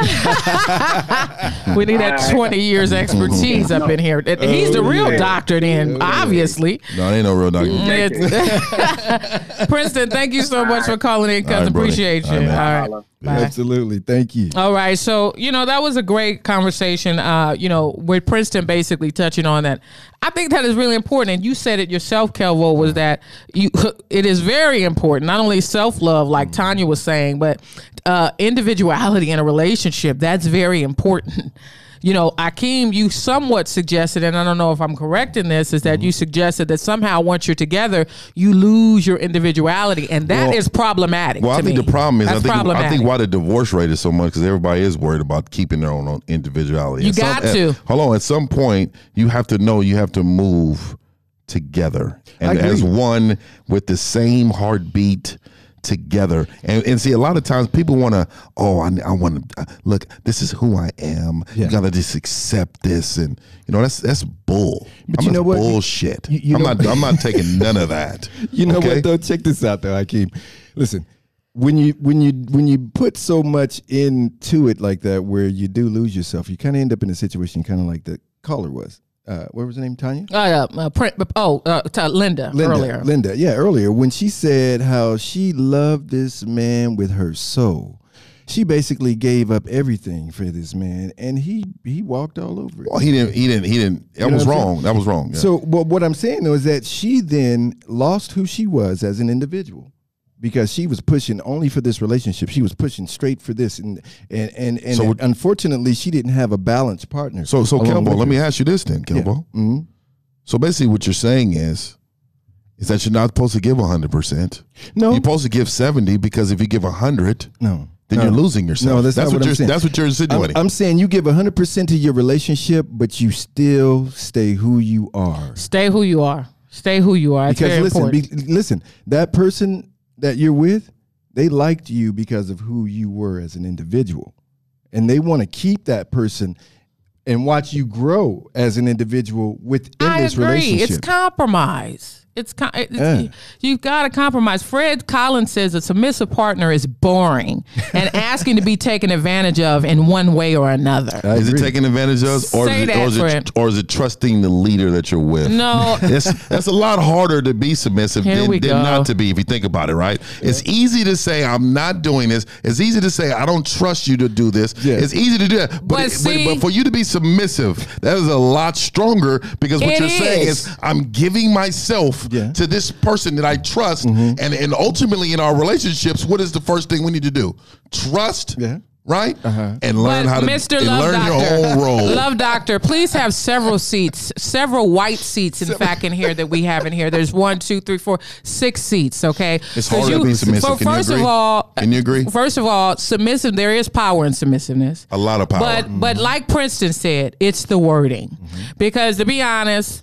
we need that Alright. twenty years Mm-hmm. expertise up in here. He's the real Mm-hmm. yeah. doctor, then obviously. no, it ain't no real doctor. It's- Princeton, thank you so much for calling in, cuz Alright, brother. appreciate you. All Alright, man. right. Holla. Bye. Oh. Absolutely. Thank you. All right. So, you know, that was a great conversation, uh, you know, with Princeton basically touching on that. I think that is really important. And you said it yourself, Kelvo, was that you it is very important, not only self love, like Tanya was saying, but uh, individuality in a relationship. That's very important. You know, Akeem, you somewhat suggested, and I don't know if I'm correct in this, is that Mm-hmm. you suggested that somehow once you're together, you lose your individuality, and that is Well- problematic. Well, to I think me. the problem is That's I think I problematic. think why the divorce rate is so much because everybody is worried about keeping their own individuality. You At some- got at- to. hold on. At some point, you have to know you have to move together and agree. as one with the same heartbeat together and, and see a lot of times people want to oh i, I want to look this is who i am Yeah. you gotta just accept this and you know that's that's bull But I'm you that's know what? bullshit You- you i'm know- not i'm not taking none of that You know okay? what though? Check this out though, Akeem. Listen, when you when you when you put so much into it like that where you do lose yourself, you kinda end up in a situation kinda like the caller was. Uh, what was her name? Tanya? uh, uh, print, oh, uh, to Linda, Linda, earlier. Linda, yeah, earlier when she said how she loved this man with her soul. She basically gave up everything for this man and he he walked all over it. Well, he didn't. He didn't. He didn't. That know was what I'm saying? wrong. That was wrong. yeah. So, but what I'm saying though is that she then lost who she was as an individual because she was pushing only for this relationship. She was pushing straight for this, and and and, and So would- unfortunately, she didn't have a balanced partner. So, so along Kelbo, let with her. me ask you this then, Kelbo. Mhm. So basically, what you're saying is, is that you're not supposed to give 100. percent No, You're supposed to give 70 because if you give 100, no, then no. you're losing yourself. No, that's, not what, what, you're. I'm saying. That's what you're I'm- insinuating. I'm, saying you give 100% to your relationship, but you still stay who you are. Stay who you are. Stay who you are. It's because very listen, be, important. listen, that person that you're with, they liked you because of who you were as an individual, and they want to keep that person and watch you grow as an individual within I this agree. relationship. It's compromise. It's, com- it's Yeah. you've got to compromise. Fred Collins says a submissive partner is boring and asking to be taken advantage of in one way or another. I is it agree. taking advantage of us, or Say is it, that, or, is Fred. it, or is it trusting the leader that you're with? No. that's that's a lot harder to be submissive Here than, we than go. not to be. If you think about it, right? It's easy to say I'm not doing this. It's easy to say I don't trust you to do this. Yeah. It's easy to do that, but But it- see- but for you to be submissive, that is a lot stronger because what It you're saying is. is I'm giving myself Yeah. Mm-hmm. to this person that I trust, and and ultimately in our relationships, what is the first thing we need to do? Trust Yeah. right? Uh-huh. And learn But how to Mr. and Love learn Doctor- your own role. Love Doctor, please have several seats, several white seats, in fact, in here that we have in here. There's one, two, three, four, six seats, okay? It's 'Cause harder to be submissive. well, Can you first agree? of all, Can you agree? First of all, submissive, there is power in submissiveness. a lot of power. Mm-hmm. But but like Princeton said, it's the wording. Because to be honest,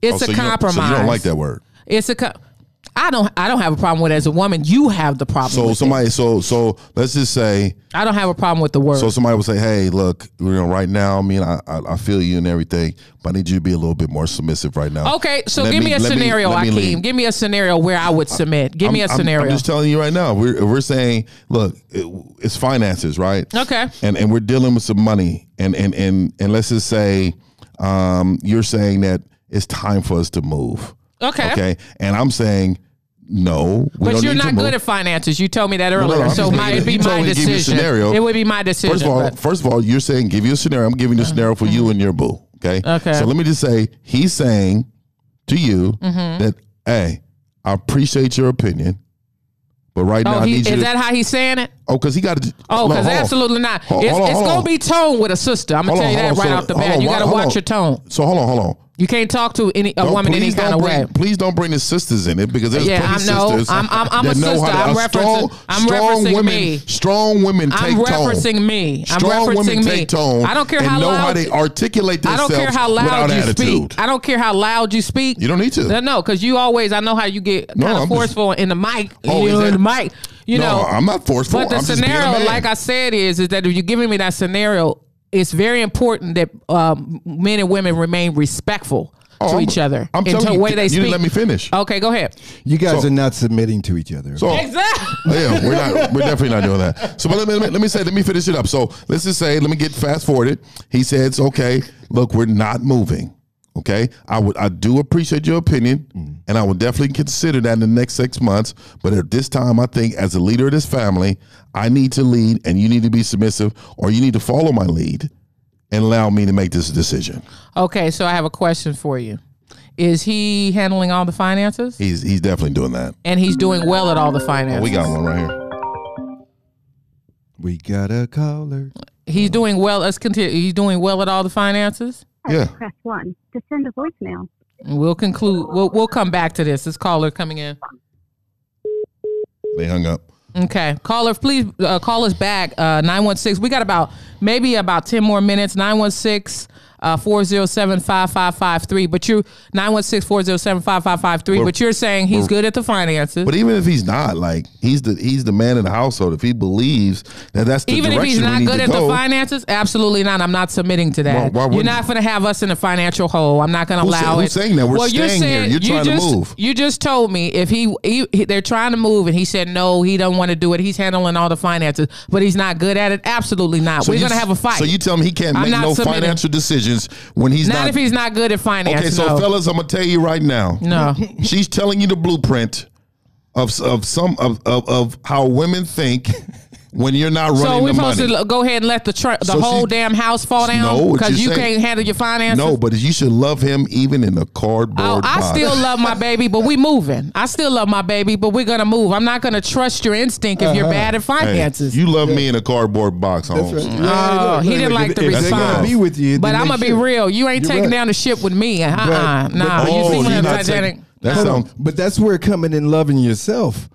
it's Oh, so a you don't- compromise. So you don't like that word. It's a co- I don't I don't have a problem with it as a woman. You have the problem. So with it. somebody, so so let's just say, I don't have a problem with the word. so somebody would say, "Hey, look, you know, right now, I mean, I, I I feel you and everything, but I need you to be a little bit more submissive right now." Okay, so Let give me, me- a let me- scenario, let me Akeem. lead. Give me a scenario where I would submit. Give me a I'm- I'm- scenario. I'm just telling you right now. We're we're saying, look, it- it's finances, right? Okay. And and we're dealing with some money, and and and and let's just say, um, you're saying that it's time for us to move. okay. Okay. And I'm saying, no, we But don't you're need to not move. good at finances. You told me that earlier. no, I'm so just my, it'd giving be you- you my told me to give you a decision. scenario. It would be my decision. First of all, but- Uh-huh. first of all, you're saying give you a scenario. I'm giving you a scenario for you and your boo. Okay. Okay. So let me just say he's saying to you Mm-hmm. that hey, I appreciate your opinion, but right now oh, I he, need you. is to, that how he's saying it? oh, because he got to. Oh, no, because hold on. absolutely not. Hold- it's hold on, it's hold going on. to be tone with a sister. I'm going Hold to on, tell you that hold on. right So- off the hold bat. on, you why- got to hold watch on. your tone. So hold on, hold on. You can't talk to any a Don't- woman in any please kind don't of bring- way. Please don't bring the sisters in it because there's Yeah, plenty I know. sisters. I'm- I'm- I'm a that know sister. how to- I'm a referencing- Strong, I'm strong referencing women, me. Strong women take I'm referencing tone. me. I'm strong referencing women me. take tone. I don't care and how know loud. how they articulate I themselves don't care how loud without you attitude. speak. I don't care how loud you speak. You don't need to. No, no, because you always. I know how you get No, kind I'm of just- forceful in the mic. Oh, you is know, in that- the mic. You no, know, I'm not forceful. But the I'm just being a scenario, man. like I said, is is that if you're giving me that scenario, it's very important that um, men and women remain respectful Oh, to I'm- each other I'm in telling the you, way they you speak. Oh. didn't let me finish. Okay, go ahead. You guys So- are not submitting to each other. So- Exactly. yeah, we're not. We're definitely not doing that. So, but let me, let me- let me say, let me finish it up. So, let's just say, let me get fast forwarded. He says, "Okay, look, we're not moving. Okay, I would, I do appreciate your opinion, and I will definitely consider that in the next six months. But at this time, I think as a leader of this family, I need to lead, and you need to be submissive, or you need to follow my lead, and allow me to make this decision. Okay, so I have a question for you. Is he handling all the finances? He's he's definitely doing that. And he's doing well at all the Oh, we finances. got one right here. we got a caller. He's doing well. Let's continue. He's doing well at all the finances. Yeah. Press 1 to send a voicemail. And we'll conclude. We'll we'll come back to this. This caller coming in. They hung up. Okay, caller, please uh, call us back. Uh, 916. We got about maybe about 10 more minutes. 916 407 5553. But you 916 407 5553. But you're saying he's good at the finances. But even if he's not, like he's the he's the man in the household. If he believes that that's the Even if direction he's we not need good to at go, the finances, absolutely not. I'm not submitting to that. Why- why you're wouldn't not going to have us in a financial hole. I'm not going to Who's- allow who's it. saying that? We're well, you're staying here. saying You're you trying to just, move. You just told me if he, he, he- they're trying to move, and he said no, he don't want to do it. He's handling all the finances, but he's not good at it. Absolutely not. so We're you- going to have a fight. So you tell him he can't I'm make not no submitting. financial decisions when he's not, not. if he's not good at finance. okay, so no. fellas, I'm gonna tell you right now. No. she's telling you the blueprint of of some of of, of how women think when you're not running So the we're supposed money. to go ahead and let the tr- the So she- whole damn house fall No, down what because you you're saying- can't handle your finances. no, but you should love him even in a cardboard Oh, I box. still love my baby, but we moving. I still love my baby, but we're gonna move. I'm not gonna trust your instinct if you're bad at Uh-huh. Hey, finances. you love me in a cardboard box, Holmes. Oh, he didn't like the if they're gonna response. Be with you, but then I'm they gonna be should. real. You ain't You're taking right. down the ship with me. Uh uh But- Nah. but- you Oh, see when you're I'm not Titanic. taking- that Hold sounds on. But that's where coming and loving yourself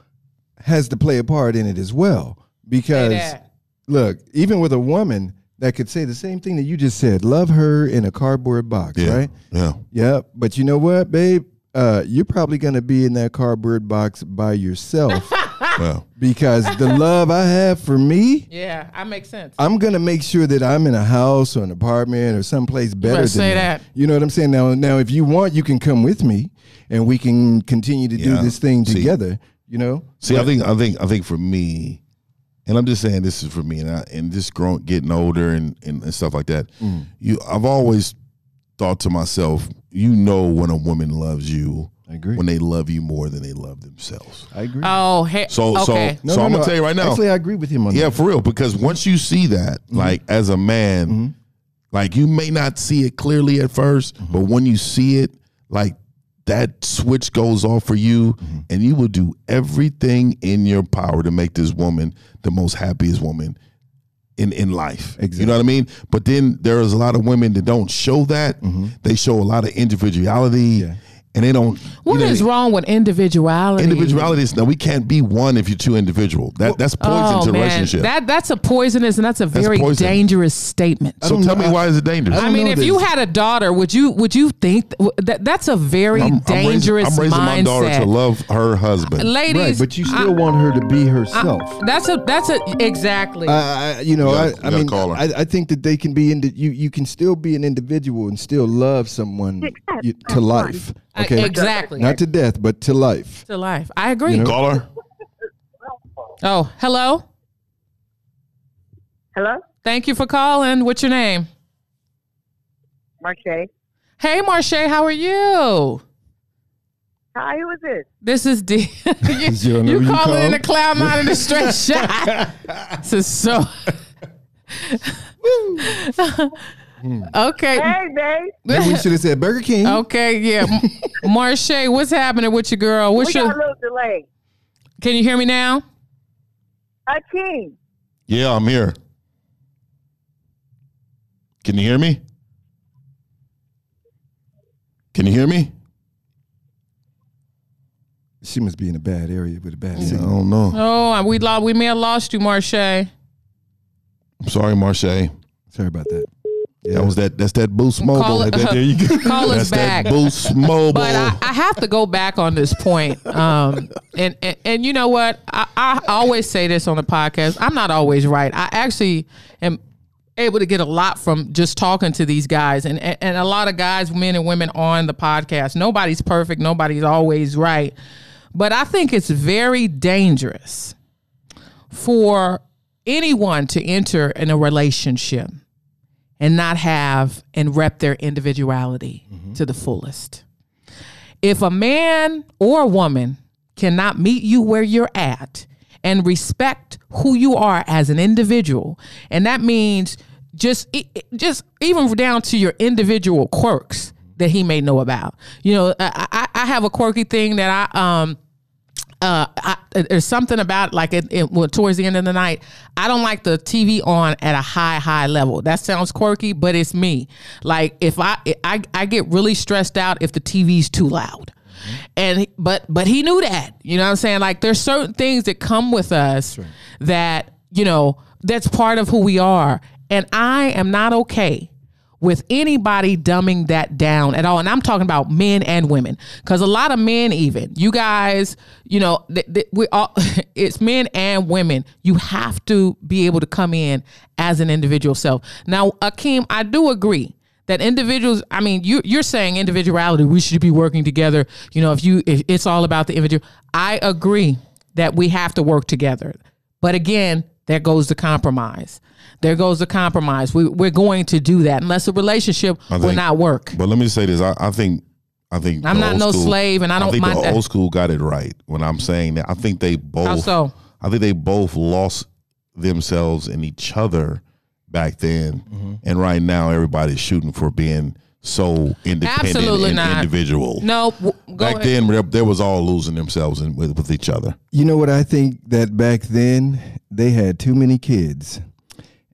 has to play a part in it as well. Because that. look, even with a woman that could say the same thing that you just said, love her in a cardboard box, yeah, right? yeah. Yep. But you know what, babe? Uh, you're probably gonna be in that cardboard box by yourself Ah! Well, because the love I have for me, yeah, I make sense. I'm gonna make sure that I'm in a house or an apartment or someplace better. better than say that. You know what I'm saying? Now, now, if you want, you can come with me, and we can continue to Yeah. do this thing See. together. You know? See, I think I think I think for me, and I'm just saying this is for me, and I, and just growing, getting older, and, and and stuff like that. You, I've always thought to myself, you know, when a woman loves you, I agree. when they love you more than they love themselves. I agree. Oh, hey, So okay. so so I'm gonna tell you right now. Actually, I agree with him on yeah, that. for real, because once you see that, Mm-hmm. like as a man, like you may not see it clearly at 1st Mm-hmm. but when you see it, like that switch goes off for you, Mm-hmm. and you will do everything in your power to make this woman the most happiest woman in in life. You Exactly. know what I mean? But then there is a lot of women that don't show that. They show a lot of individuality, Mm-hmm. Yeah. and they don't. What is you know, wrong with individuality? Individuality is now we can't be one if you're too individual. That that's poison Oh, to man. relationship. That that's a poisonous and that's a very poison. dangerous statement. so don't tell know. me why is it dangerous? I, don't mean, know if this. you had a daughter, would you would you think th- that that's a very I'm- I'm raising, dangerous I'm raising my mindset? daughter to love her husband. Ladies, right, but you still I- want her to be I- herself. that's a that's a exactly. I, I- you know, You gotta- I, you I gotta mean, call her. I, I think that they can be in. you, you can still be an individual and still love someone Except you, that's to fine. life. I- Okay, exactly. not to death, but to life. to life. I agree. You know- Call her. Oh, hello. Hello, Thank you for calling. What's your name? Marche. Hey, Marche, how are you? Hi, who is this? This is D. Is your you number you you calling in called? a cloud nine in a straight shot. this is so. okay. Hey, babe. Maybe we should have said Burger King. Mm-hmm. Okay, yeah. M- Marche, what's happening with your girl? What's we got a your, little delay. can you hear me now? Hakeem, Yeah, I'm here. Can you hear me? Can you hear me? She must be in a bad area with a bad I signal. don't know. Oh, we lost, we may have lost you, Oh, Marche. I'm sorry, Marche. Sorry about that. Yeah, That was that. That's that Boost Mobile. Call it- That- there you go. Call us That's back. that Boost Mobile. But I, I have to go back on this point. Um, and, and, and you know what? I, I always say this on the podcast. I'm not always right. I actually am able to get a lot from just talking to these guys and, and, and a lot of guys, men and women on the podcast. Nobody's perfect. Nobody's always right. But I think it's very dangerous for anyone to enter in a relationship and not have and rep their individuality to the fullest. If a man or a woman cannot meet you where you're at and respect who you are as an individual, and that means just e- e- just even down to your individual quirks that he may know about. You know, I, I, I have a quirky thing that I um uh, I, there's something about like it, it well, towards the end of the night. I don't like the TV on at a high, high level. That sounds quirky, but it's me. Like if I, I, I get really stressed out if the TV's too loud. And he- but but he knew that. You know what I'm saying? Like there's certain things that come with us that you know that's part of who we are. And I am not okay with anybody dumbing that down at all. And I'm talking about men and women, because a lot of men, even you guys, you know, th- th- we all, it's men and women. You have to be able to come in as an individual self. Now, Akeem, I do agree that individuals i mean you, you're saying individuality we should be working together you know if you if it's all about the individual i agree that we have to work together but again there goes the compromise there goes the compromise we, we're going to do that unless the relationship will think- not work But let me say this. I, I think I think I'm the not old no slave, and I don't think mind the that. old school got it right when I'm saying that. I think they both. how so I think they both lost themselves and each other back then, Mm-hmm. and right now everybody's shooting for being so independent Absolutely and not. individual. no w- go back ahead. then, there, there was all losing themselves and with, with each other. You know what I think that back then they had too many kids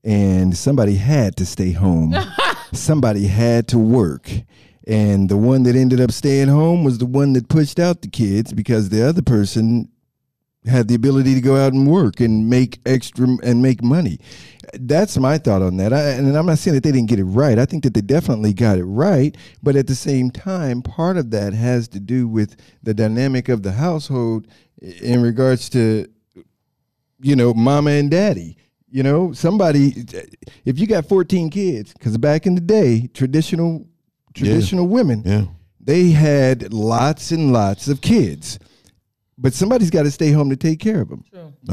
and somebody had to stay home. somebody had to work. And the one that ended up staying home was the one that pushed out the kids because the other person had the ability to go out and work and make extra and make money. That's my thought on that. I, and I'm not saying that they didn't get it right. I think that they definitely got it right. But at the same time, part of that has to do with the dynamic of the household i- in regards to, you know, mama and daddy. You know, somebody, if you got 14 kids, because back in the day, traditional traditional women, Yeah. they had lots and lots of kids. But somebody's got to stay home to take care of them.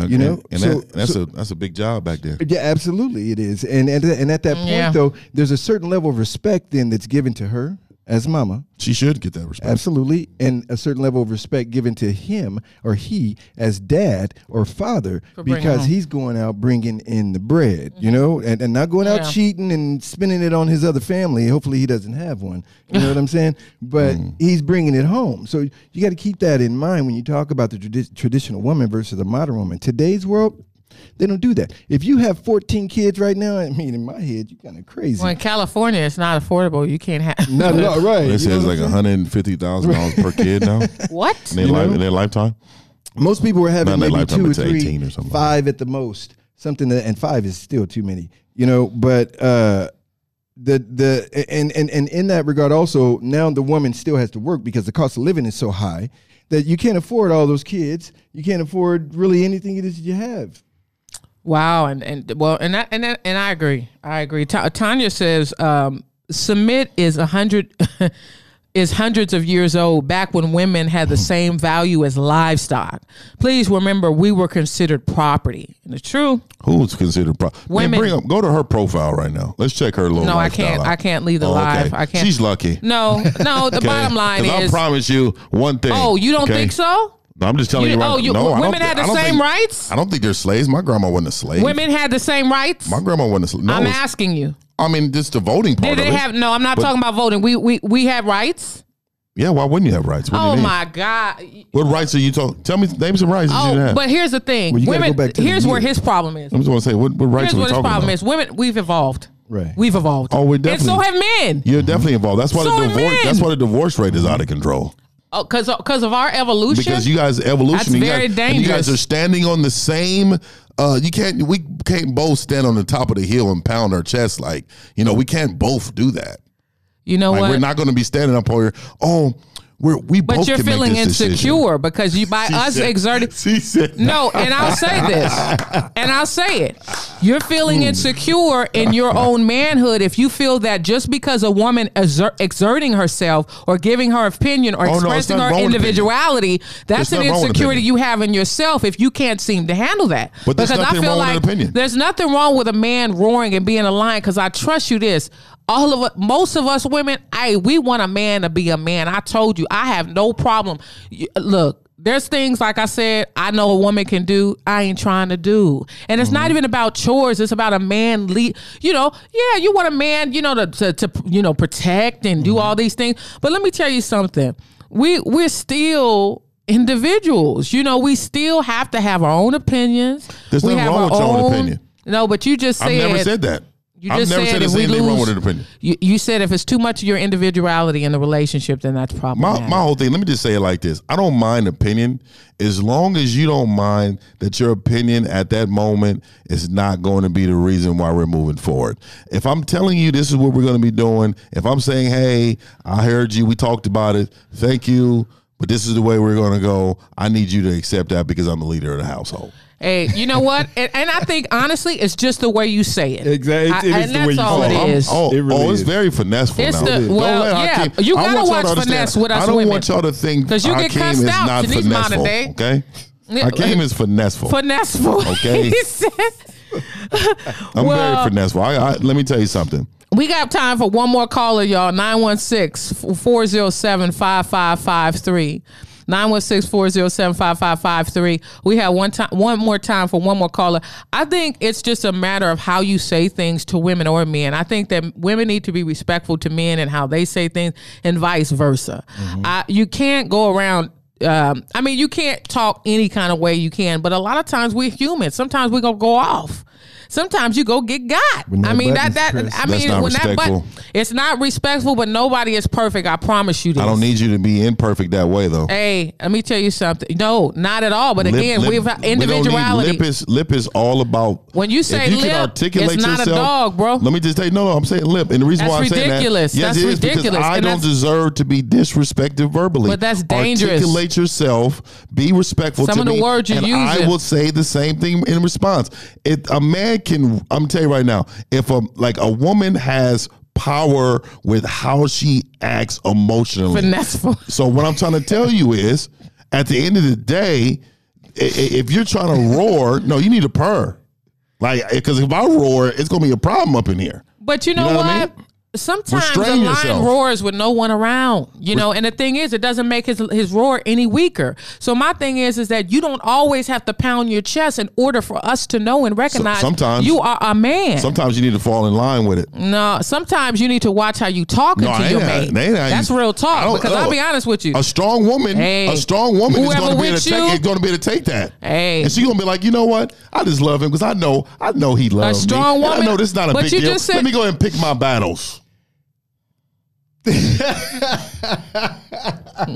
You know, and, so- that, that's so- a that's a big job back then. Yeah, absolutely, it is. And and and at that point Yeah. though, there's a certain level of respect then that's given to her as mama, She should get that respect. absolutely, and a certain level of respect given to him or he as dad or father bringing because home. Mm-hmm. he's going out bringing in the bread, you know, and, and not going out Yeah. cheating and spending it on his other family. Hopefully, he doesn't have one. You know what I'm saying? But Mm. he's bringing it home. So you got to keep that in mind when you talk about the tradi- traditional woman versus the modern woman. Today's world, They don't do that. If you have 14 kids right now, I mean, in my head, you're kind of crazy. Well, in California, it's not affordable. You can't have Not at all, right? They You say know it's what like I'm saying? $150,000 per kid now in what? their, You li- know? in their lifetime. Most people were Not having in their maybe lifetime, two or but to three, 18 or something like five at the most. Something that, and five is still too many, you know. But uh, the the and and and in that regard, also now the woman still has to work because the cost of living is so high that you can't afford all those kids. You can't afford really anything that you have. Wow, and and well, and I, and I, and I agree. I agree. Ta- Tanya says um, submit is a hundred is hundreds of years old. Back when women had the same value as livestock. Please remember, we were considered property. And it's true. Who's considered pro? Women. Man, bring up, go to her profile right now. Let's check her little. No, I lifestyle can't. out. I can't leave the live. I can't. Oh, She's lucky. No, no. The okay? bottom line 'Cause is. I promise you one thing. oh, you don't okay? think so? No, I'm just telling You- you. right oh, you- no, I don't women thi- had the I don't same think- rights? I don't think they're slaves. My grandma wasn't a slave. Women had the same rights. My grandma wasn't a slave. No, I'm it's- asking you. I mean, just the voting part Did of they it. have? No, I'm not But- talking about voting. We we we had rights. Yeah, why wouldn't you have rights? What do you oh mean? my God. What rights are you talking? Tell me, name some rights that you didn't Oh, have. but here's the thing. Well, you gotta women. go back to the Here's where year. his problem is. I'm just want to say, what, what Here's rights are we what his talking problem about? is. Women. We've evolved. Right. We've evolved. Oh, we And so definitely- have men. You're definitely involved. That's why So the are divorce. men. That's why the divorce rate is out of control. Oh, because of our evolution. because you guys evolution. That's you very guys, and you guys dangerous. are standing on the same. Uh, you can't. We can't both stand on the top of the hill and pound our chest like you know. We can't both do that. You know Like what? we're not going to be standing up on here. Oh, we're we but both. you're can make feeling this insecure decision." because you by She us said- exerting. She said No, and I'll say this, and I'll say it. You're feeling Hmm. insecure in your own manhood if you feel that just because a woman exer- exerting herself or giving her opinion or Oh, no, it's expressing nothing her wrong with individuality, that's It's an nothing wrong with insecurity opinion. you have in yourself if you can't seem to handle that. But there's because I nothing feel wrong with like an opinion. there's nothing wrong with a man roaring and being a lion because I trust you this. All of us- most of us women, hey, we want a man to be a man. I told you, I have no problem. You- Look, there's things like I said, I know a woman can do. I ain't trying to do, and it's not even about chores. It's about a man lead. You know, yeah, you want a man, you know, to to, to you know protect and do all these things. But let me tell you something. We we're still individuals. You know, we still have to have our own opinions. There's we have nothing wrong our with your own opinion. No, but you just said I've never said that. You I've just never said said if there's we anything wrong with lose- an opinion. You, you said if it's too much of your individuality in the relationship, then that's problematic. My, my whole thing, let me just say it like this. I don't mind opinion as long as you don't mind that your opinion at that moment is not going to be the reason why we're moving forward. If I'm telling you this is what we're going to be doing, if I'm saying, hey, I heard you, we talked about it, thank you, but this is the way we're going to go, I need you to accept that because I'm the leader of the household. Hey, you know what? And, and I think honestly, it's just the way you say it. Exactly. I- It is and the that's way you all say it I'm- is. Oh, It really oh, it's is. very finesseful It's now. the- Don't well, let yeah, Hakeem- you I gotta want y'all watch to understand. finesse with us I don't women. want y'all to think 'Cause you get Hakeem cussed is out not in these modern finesseful. day. Okay, Yeah, Hakeem is finesseful. Finesseful. Okay. He said- I'm Well- very finesseful. I, I, let me tell you something. we got time for one more caller, y'all. 916-407-5553. 916-407-5553. We have one time one more time for one more caller. I think it's just a matter of how you say things to women or men. I think that women need to be respectful to men and how they say things and vice versa. I, you can't go around um, I mean, you can't talk any kind of way you can, but a lot of times we're human. Sometimes we're gonna go off. Sometimes you go get got. When that I mean that button's that pressed. I mean That's not when that respectful. but it's not respectful, but nobody is perfect. I promise you this. I don't need you to be imperfect that way, though. Hey, let me tell you something. No, not at all. But Lip- again, lip- we've had we don't need- individuality. lip is lip is all about When you say if you lip, can articulate it's not a yourself, dog, bro. Let me just tell you, no, no, I'm saying lip, and the reason That's why I'm ridiculous. saying that, yes, That's it is because ridiculous. I And don't that's- deserve to be disrespected verbally. But that's dangerous. Articulate yourself. Be respectful. Some to of the me, words you're and I using. will say the same thing in response. If a man can, I'm telling you right now, if a like a woman has power with how she acts emotionally, finesseful. so what I'm trying to tell you is, at the end of the day, i- i- if you're trying to roar, no, you need to eh, purr. Like, because if I roar, it's gonna be a problem up in here. But you know, know what? what I sometimes the Restrain lion yourself. roars with no one around, you know. And the thing is, it doesn't make his his roar any weaker. So my thing is, is that you don't always have to pound your chest in order for us to know and recognize. sometimes- you are a man. Sometimes you need to fall in line with it. no, sometimes you need to watch how you talking No, to ain't your how- mate. ain't how you- That's real I talk. don't- Because no. I'll be honest with you. Oh, A strong woman, Hey. a strong woman is Whoever going to be able with to you- take, going to be able to take that. Hey. and she's going to be like, you know what? I just love him because I know, I know he loves strong me. And I woman- know this is not a but big you deal. just said- Let me go ahead and pick my battles.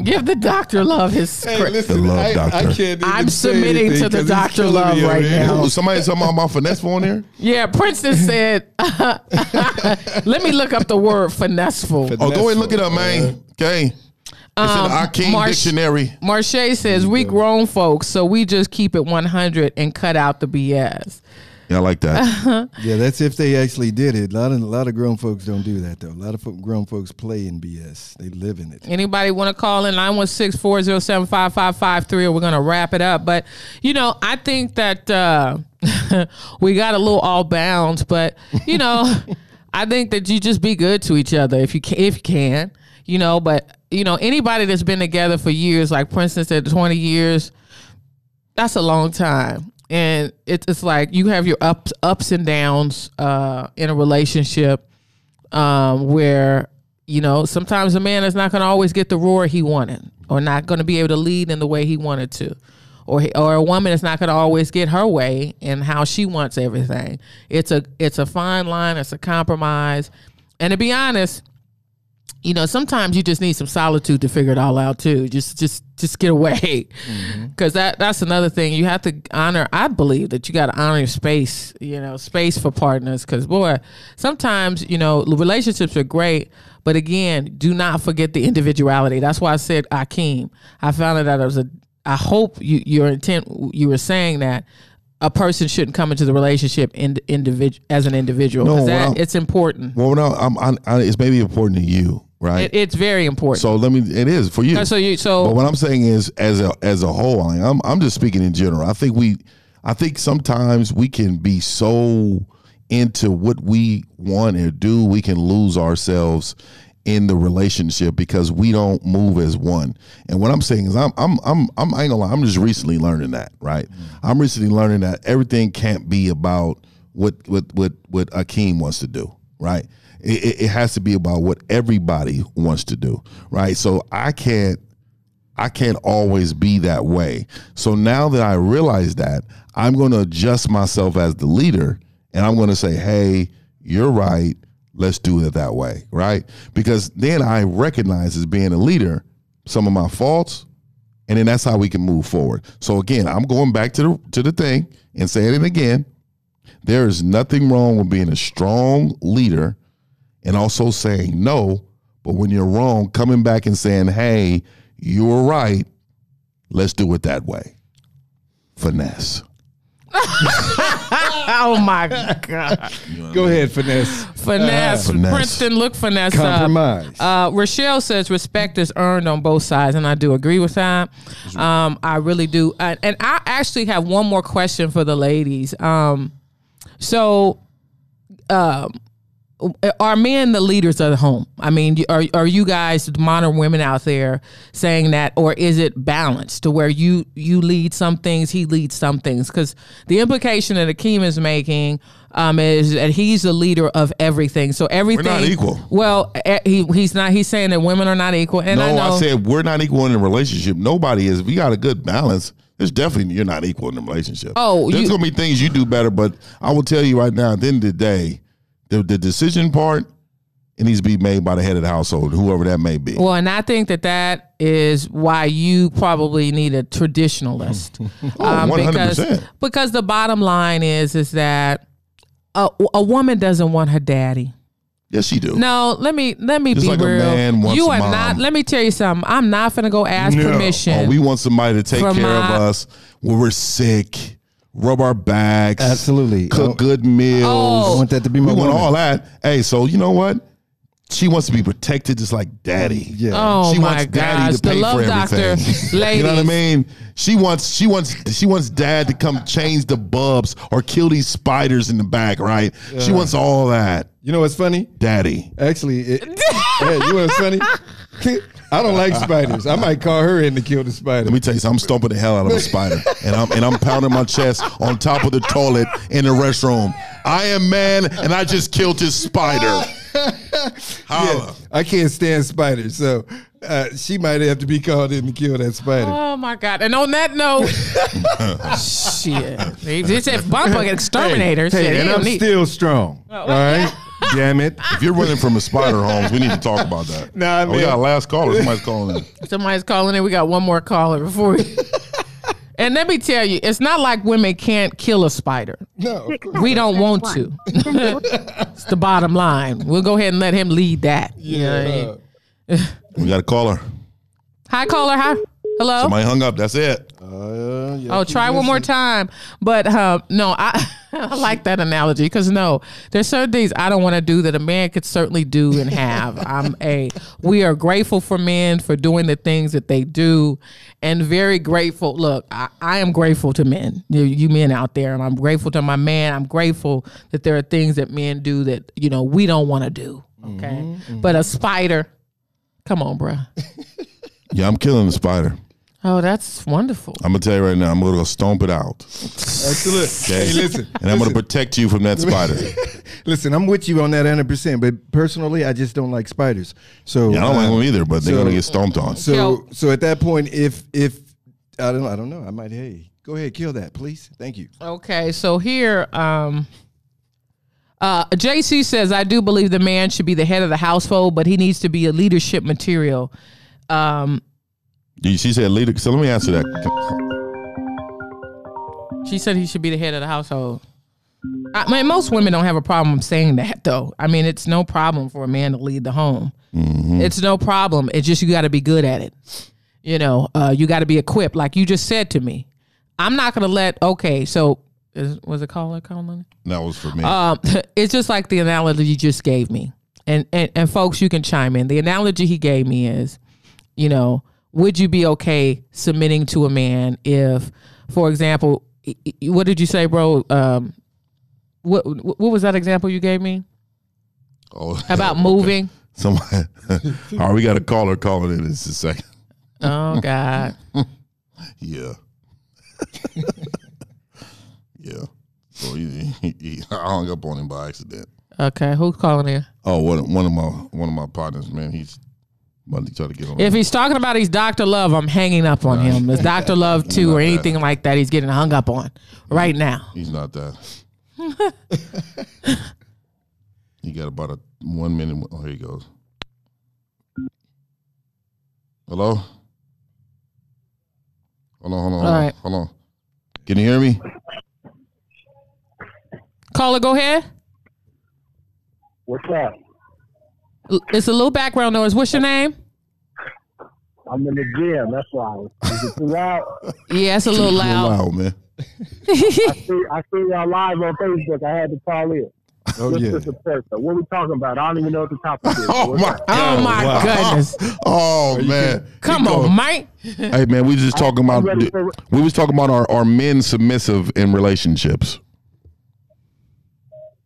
Give the doctor love his script. The love doctor. can't I'm even say submitting anything to the 'cause it's Dr. killing Love me over right here. now. Ooh, somebody talking about my finesse on there. Yeah, Princeton said. let me look up the word finesseful. Oh, go ahead and look it up, man. Okay, it's in the Akeem Marsh- dictionary. Marche says we grown folks, so we just keep it 100 and cut out the BS. Yeah, I like that. Yeah, that's if they actually did it. A lot of a lot of grown folks don't do that though. A lot of fo- grown folks play in BS. They live in it. Anybody want to call in 916 407 5553 or we're going to wrap it up. But, you know, I think that uh, we got a little all bounds, but, you know, I think that you just be good to each other if you can. If you can you know, but, you know, anybody that's been together for years, like Princeton said, 20 years, that's a long time and it's it's like you have your ups ups and downs uh in a relationship um where you know sometimes a man is not going to always get the roar he wanted or not going to be able to lead in the way he wanted to or he, or a woman is not going to always get her way and how she wants everything it's a it's a fine line it's a compromise and to be honest you know sometimes you just need some solitude to figure it all out too just just just get away Mm-hmm. because that that's another thing you have to honor i believe that you got to honor your space you know space for partners because boy sometimes you know relationships are great but again do not forget the individuality that's why i said akeem i found that out as a i hope you your intent you were saying that a person shouldn't come into the relationship in, individual as an individual 'cause No, that, well- it's important well, no, I'm, I, I, it's maybe important to you, right? It- it's very important so let me. It is for you. Uh, so you so But what I'm saying is, as a as a whole, I- I'm I'm just speaking in general. I think we, I think sometimes we can be so into what we want or do, we can lose ourselves in the relationship because we don't move as one. And what I'm saying is, I'm I'm I'm I'm I ain't gonna lie, I'm just recently learning that. Right, I'm recently learning that everything can't be about what what what what Akeem wants to do, right? It, it, it has to be about what everybody wants to do, right? So I can't I can't always be that way. So now that I realize that, I'm going to adjust myself as the leader and I'm going to say, hey, you're right. Let's do it that way, right? Because then I recognize as being a leader some of my faults, and then that's how we can move forward. So again, I'm going back to the to the thing and saying it again. There is nothing wrong with being a strong leader and also saying no. But when you're wrong, coming back and saying, hey, you were right. Let's do it that way. Finesse. Oh my God. Go ahead, finesse. Finesse. Finesse. Princeton, look finesse Compromise. up. Uh, Rochelle says respect is earned on both sides, and I do agree with that. Um, I really do. And, and I actually have one more question for the ladies. Um, so, um, are men the leaders of the home? I mean, are are you guys modern women out there saying that, or is it balanced to where you you lead some things, he leads some things? Because the implication that Akeem is making um, is that he's the leader of everything. So everything equal. Well, eh, he he's not. He's saying that women are not equal, and I no, know. I, said we're not equal in a relationship. Nobody is. If you got a good balance, it's definitely you're not equal in a relationship. Oh, there's you- gonna be things you do better, but I will tell you right now, at the end of the day, the, the decision part it needs to be made by the head of the household, whoever that may be. Well, and I think that that is why you probably need a traditionalist. um, Oh, because 100%. because the bottom line is is that a, a woman doesn't want her daddy. yes, you do. No, let me let me Just be like a real. man wants you are mom. not. Let me tell you something. I'm not gonna go ask permission. Oh, we want somebody to take From care my- of us when we're sick, rub our backs, Absolutely. cook Oh. good meals. Oh. I want that to be my We want woman. all that. Hey, so you know what? She wants to be protected just like daddy. Yeah. Oh she my wants daddy gosh, to pay the love for doctor, everything. ladies. you know what I mean? She wants she wants she wants dad to come change the bubs or kill these spiders in the back, right? She wants all that. You know what's funny? Daddy. Actually, it, yeah, you know what's funny? I don't like spiders. I might call her in to kill the spider. Let me tell you something, I'm stomping the hell out of a spider. And I'm and I'm pounding my chest on top of the toilet in the restroom. I am man and I just killed this spider. Holla. I can't stand spiders, so uh, she might have to be called in to kill that spider. Oh my God! And on that note, shit, they just said bumper exterminator. Hey, shit, and they don't I'm need- still strong. Oh, All right, damn it. If you're running from a spider, Holmes, we need to talk about that. Nah, I Oh, we mean- got a last caller. Somebody's calling in. Somebody's calling in. We got one more caller before we. and let me tell you, it's not like women can't kill a spider. No, Six We don't want to. one. Send to voice- It's the bottom line. We'll go ahead and let him lead that. You know what I mean? yeah. We got a caller. Hi, caller. Hi. Hello. Somebody hung up. That's it. Uh, yeah, Oh, keep try one more listening. time. But uh, no, I I like that analogy because no, there's certain things I don't want to do that a man could certainly do and have. I'm a we are grateful for men for doing the things that they do, and very grateful. Look, I, I am grateful to men, you, you men out there, and I'm grateful to my man. I'm grateful that there are things that men do that you know we don't want to do. Okay, but a spider, come on, bruh. Yeah, I'm killing the spider. Oh, that's wonderful. I'm gonna tell you right now. I'm gonna go stomp it out, All right, so look, hey, listen, and I'm gonna protect you from that spider. listen. I'm with you on that 100, percent but personally, I just don't like spiders. So Yeah, I don't like uh, them either, but they're so- gonna get stomped on. So Kill. so at that point, if if I don't I don't know, I might hey go ahead kill that please. Thank you. Okay, so here, um, uh, JC says, I do believe the man should be the head of the household, but he needs to be a leadership material. You- She said leader. So let me answer that. She said he should be the head of the household. I mean, most women don't have a problem saying that, though. I mean, it's no problem for a man to lead the home. It's no problem. It's just you got to be good at it. You know, uh, you got to be equipped. Like you just said to me, I'm not going to let. Okay, so is, was it caller calling? That was for me. um, it's just like the analogy you just gave me. And, and and folks, you can chime in. The analogy he gave me is, you know, would you be okay submitting to a man if, for example, i- i- what did you say, bro? Um, what what was that example you gave me oh, about moving? somebody. All right, we got a caller calling in. It's a second. Oh God, Yeah. yeah. So he, he, he- I hung up on him by accident. okay, who's calling in? Oh, one one of my one of my partners, man. He's about to try to get on. If he's talking about he's Dr. Love, I'm hanging up on him. It's Dr. Love too, or anything like that. He's getting hung up on right now. He's not that. you got about a one minute. Oh, here he goes. Hello. Hold on, hold on, hold All on, right. hold on. Can you hear me? Caller, go ahead. What's up? L- It's a little background noise. What's your name? I'm in the gym. That's why. Is it too loud? Yeah, it's a little loud. loud, man. See, I see y'all live on Facebook. I had to call in. Oh Just yeah. to support that. What we talking about? I don't even know what the topic is. Oh What's my. up? Oh my goodness! Oh man. Come He on, called- Mike. Hey man, we just talking about ready for- we was talking about our our men submissive in relationships.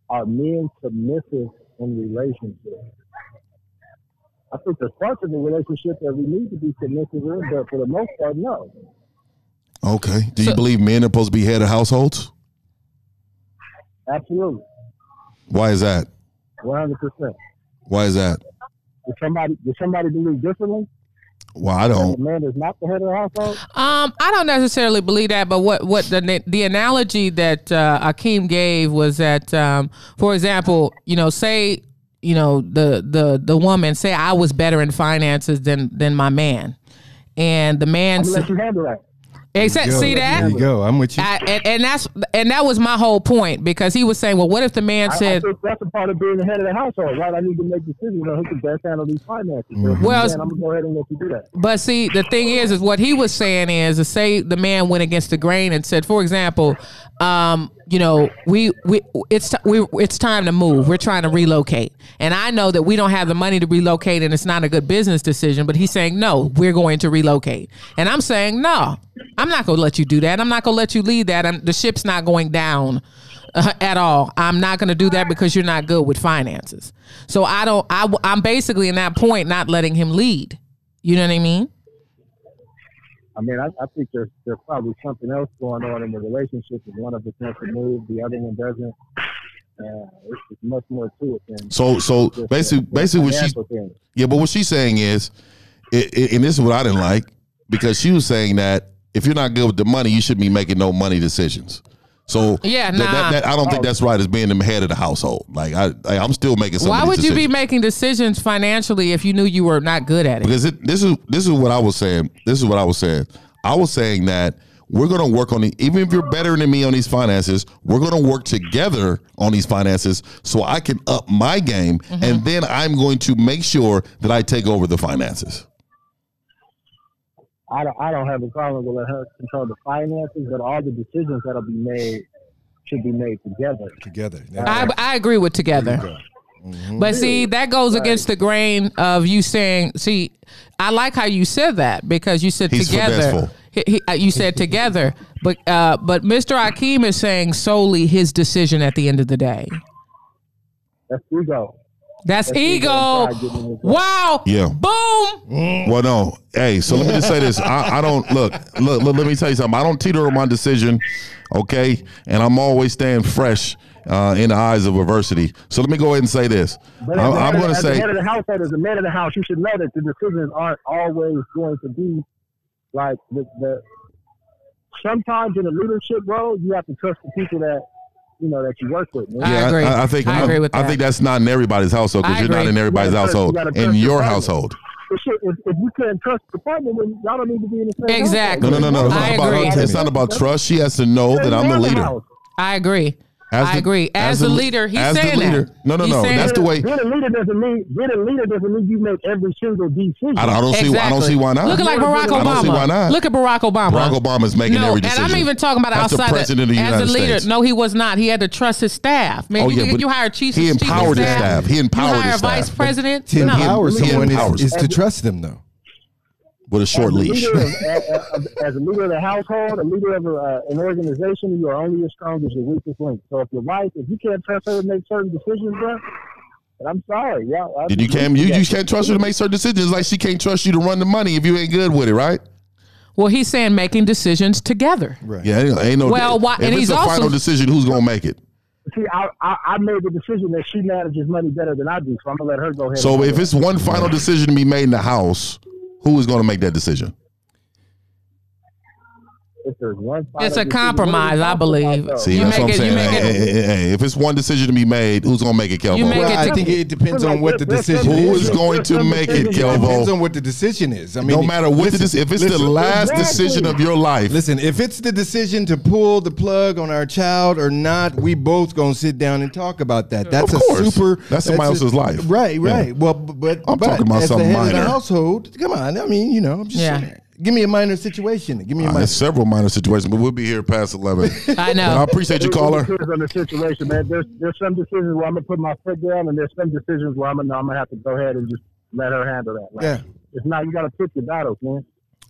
Are men submissive in relationships? I think the parts of the relationship that we need to be submissive in, but for the most part, no. Okay. Do you So- believe men are supposed to be head of households? Absolutely, Why is that? one hundred percent. Why is that? Did somebody did somebody believe differently? Well, I That the don't. man is not the head of the household. Um, I don't necessarily believe that, but what what the na- the analogy that uh, Akeem gave was that, um, for example, you know, say you know the the the woman say I was better in finances than than my man, and the man I'm gonna said, let you handle that. except Yo, see There that. you go. I'm with you. I, and, and that's and that was my whole point because he was saying, well, what if the man I, I said, think that's a part of being the head of the household, right? I need to make decisions on who can best handle these finances. So if you Mm-hmm. Well, can, I'm gonna go ahead and let you do that. But see, the thing is, is what he was saying is, to say the man went against the grain and said, for example, um, you know, we we it's t- we it's time to move. We're trying to relocate, and I know that we don't have the money to relocate, and it's not a good business decision. But he's saying no, we're going to relocate, and I'm saying no, I'm not going to let you do that. I'm not going to let you lead that. I'm, the ship's not going down uh, at all. I'm not going to do that because you're not good with finances. So I don't. I w- I'm basically in that point not letting him lead. You know what I mean? I mean, I, I think there's there's probably something else going on in the relationship. If one of us wants to move, the other one doesn't. Uh, it's, it's much more to it than So so just basically the- the basically what she's financial thing. yeah, but what she's saying is, i i and this is what I didn't like because she was saying that if you're not good with the money, you shouldn't be making no money decisions. So Yeah, that- that- nah. that- I don't Oh. think that's right as being the head of the household. Like I, I I'm still making. Some Why of would these you be decisions. making decisions financially if you knew you were not good at it? because it, this is this is what I was saying. This is what I was saying. I was saying that we're going to work on the even if you're better than me on these finances, we're going to work together on these finances so I can up my game and then I'm going to make sure that I take over the finances. I don't I don't have a problem with let her control the finances, but all the decisions that'll be made should be made together. together. I, I agree with together. But see, that goes against the grain of you saying, see, I like how you said that because you said He's together. forgetful. He, he, uh, you said together, but uh, but Mr. Akeem is saying solely his decision at the end of the day. That's ego. That's, ego. ego. Try getting it. Wow. Yeah. Boom. Well, no. Hey, so let me just say this. I, I don't look, look. Look. Let me tell you something. I don't teeter on my decision, okay? And I'm always staying fresh uh, in the eyes of adversity. So let me go ahead and say this. But I- as, I'm I'm going to as the say head of the household, as a man of the house, you should know that the decisions aren't always going to be like the, the. Sometimes in a leadership role, you have to trust the people that you know that you work with. man. I agree. I, think I agree with I that. think that's not in everybody's household because I you're not agree. in everybody's You gotta trust- household. you gotta in trust your your partner. household. But shit, if, if you can't trust the partner, then y'all don't need to be in the same. household. Exactly. No, no, no, no. It's I not, about, agree. it's not about trust. She has to know that I'm the leader. I agree. As I the- agree. As, the le- leader, he's as the saying leader. that. No, no, He's no. saying That's the that. way. Being a leader doesn't mean being a leader doesn't mean you make every single decision. I don't, I don't see. Why, I don't see why not. Look at like Barack I Obama. don't see why not. Look at Barack Obama. Barack Obama's making no, every and decision. I'm even talking about That's the outside president of the as United a leader. States. No, he was not. He had to trust his staff. Man, Oh, you, yeah, can- but you hire chiefs. he chief of empowered his staff. staff. He empowered you hire a his vice staff. president. to no. empower He someone empowers is, is to them. trust them, though. with a short As a leash. leader of- as, as- as a leader of the household, a leader of a, uh, an organization, you are only as strong as your weakest link. So if your wife, if you can't trust her to make certain decisions, bro, and I'm sorry, yeah. I- Did you can't you, you can't trust her to make certain decisions like she can't trust you to run the money if you ain't good with it, right? Well, he's saying making decisions together. Right. Yeah, ain't, ain't no. Well, why- if and it's he's a also- final decision, who's gonna make it? see, I, I I made the decision that she manages money better than I do, so I'm gonna let her go ahead. and So do if it. it's one final decision to be made in the house, who is gonna make that decision? if there's one, final It's a decision, what are we compromise, I talking believe. about, though? See, You that's make what I'm it- you saying. make Hey, hey, hey, hey, if it's one decision to be made, who's gonna make it, You Kelvo? make Well, it I think it depends on what the decision Who is is. It going to make it, depends Kelvo? on what the decision is. I mean, No matter what the decision, if it's the listen, last decision of your life, Listen, if it's the decision to pull the plug on our child or not, we both gonna sit down and talk about that. That's Of a course. super. That's somebody a- else's life. Right, Yeah. right. Well, b- but I'm but talking about as something the head of minor. the household. Come on, I mean, you know, I'm just Yeah. saying. Give me a minor situation. Give me a uh, minor. there's several minor situations, but we'll be here past eleven. I But I know. appreciate you, It- it caller. depends on the situation, man. There's there's some decisions where I'm gonna put my foot down, and there's some decisions where I'm gonna, I'm gonna have to go ahead and just let her handle that. Like, Yeah. It's not you gotta pick your battles, man.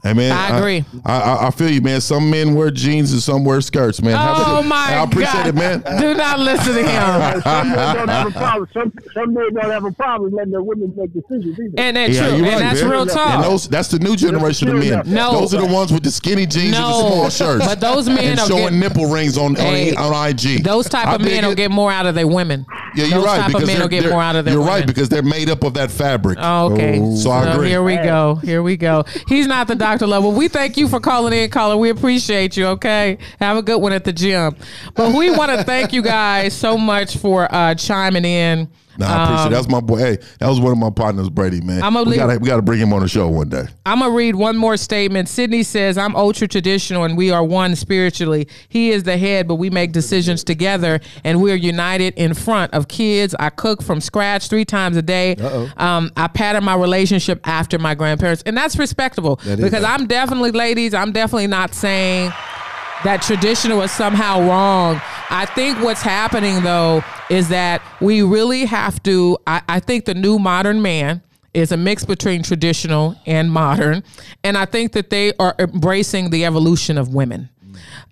Hey man, I agree. I, I, I feel you, man. Some men wear jeans and some wear skirts, man. Oh Have a- my I appreciate God. it, man. Do not listen to him. Some men don't have a problem. Some some men don't have a problem letting their women make decisions either. And that's Yeah, true. you're and right, that's man. real talk. And those, that's the new generation of men. No. those are the ones with the skinny jeans No. and the small shirts. But those men and are showing getting- nipple rings on on, Hey, on IG. Those type I of men dig will it. get more out of their women. Yeah, you're those right. type because of men they're- will get they're- more out of their You're women. right because they're made up of that fabric. Oh, okay. So I agree. Here we go. Here we go. He's not the Dr. Love. Well, we thank you for calling in, caller. We appreciate you, okay? Have a good one at the gym. But we want to thank you guys so much for uh, chiming in. Nah, I appreciate Um, it. That's my boy. Hey, that was one of my partners, Brady, man. I'ma we leave- gotta we gotta bring him on the show one day. I'm going to read one more statement. Sydney says, I'm ultra traditional and we are one spiritually. He is the head, but we make decisions together and we're united in front of kids. I cook from scratch three times a day. Um, I pattern my relationship after my grandparents. And that's respectable That is. because I'm definitely, ladies, I'm definitely not saying that traditional is somehow wrong. I think what's happening though is that we really have to. I, I think the new modern man is a mix between traditional and modern, and I think that they are embracing the evolution of women.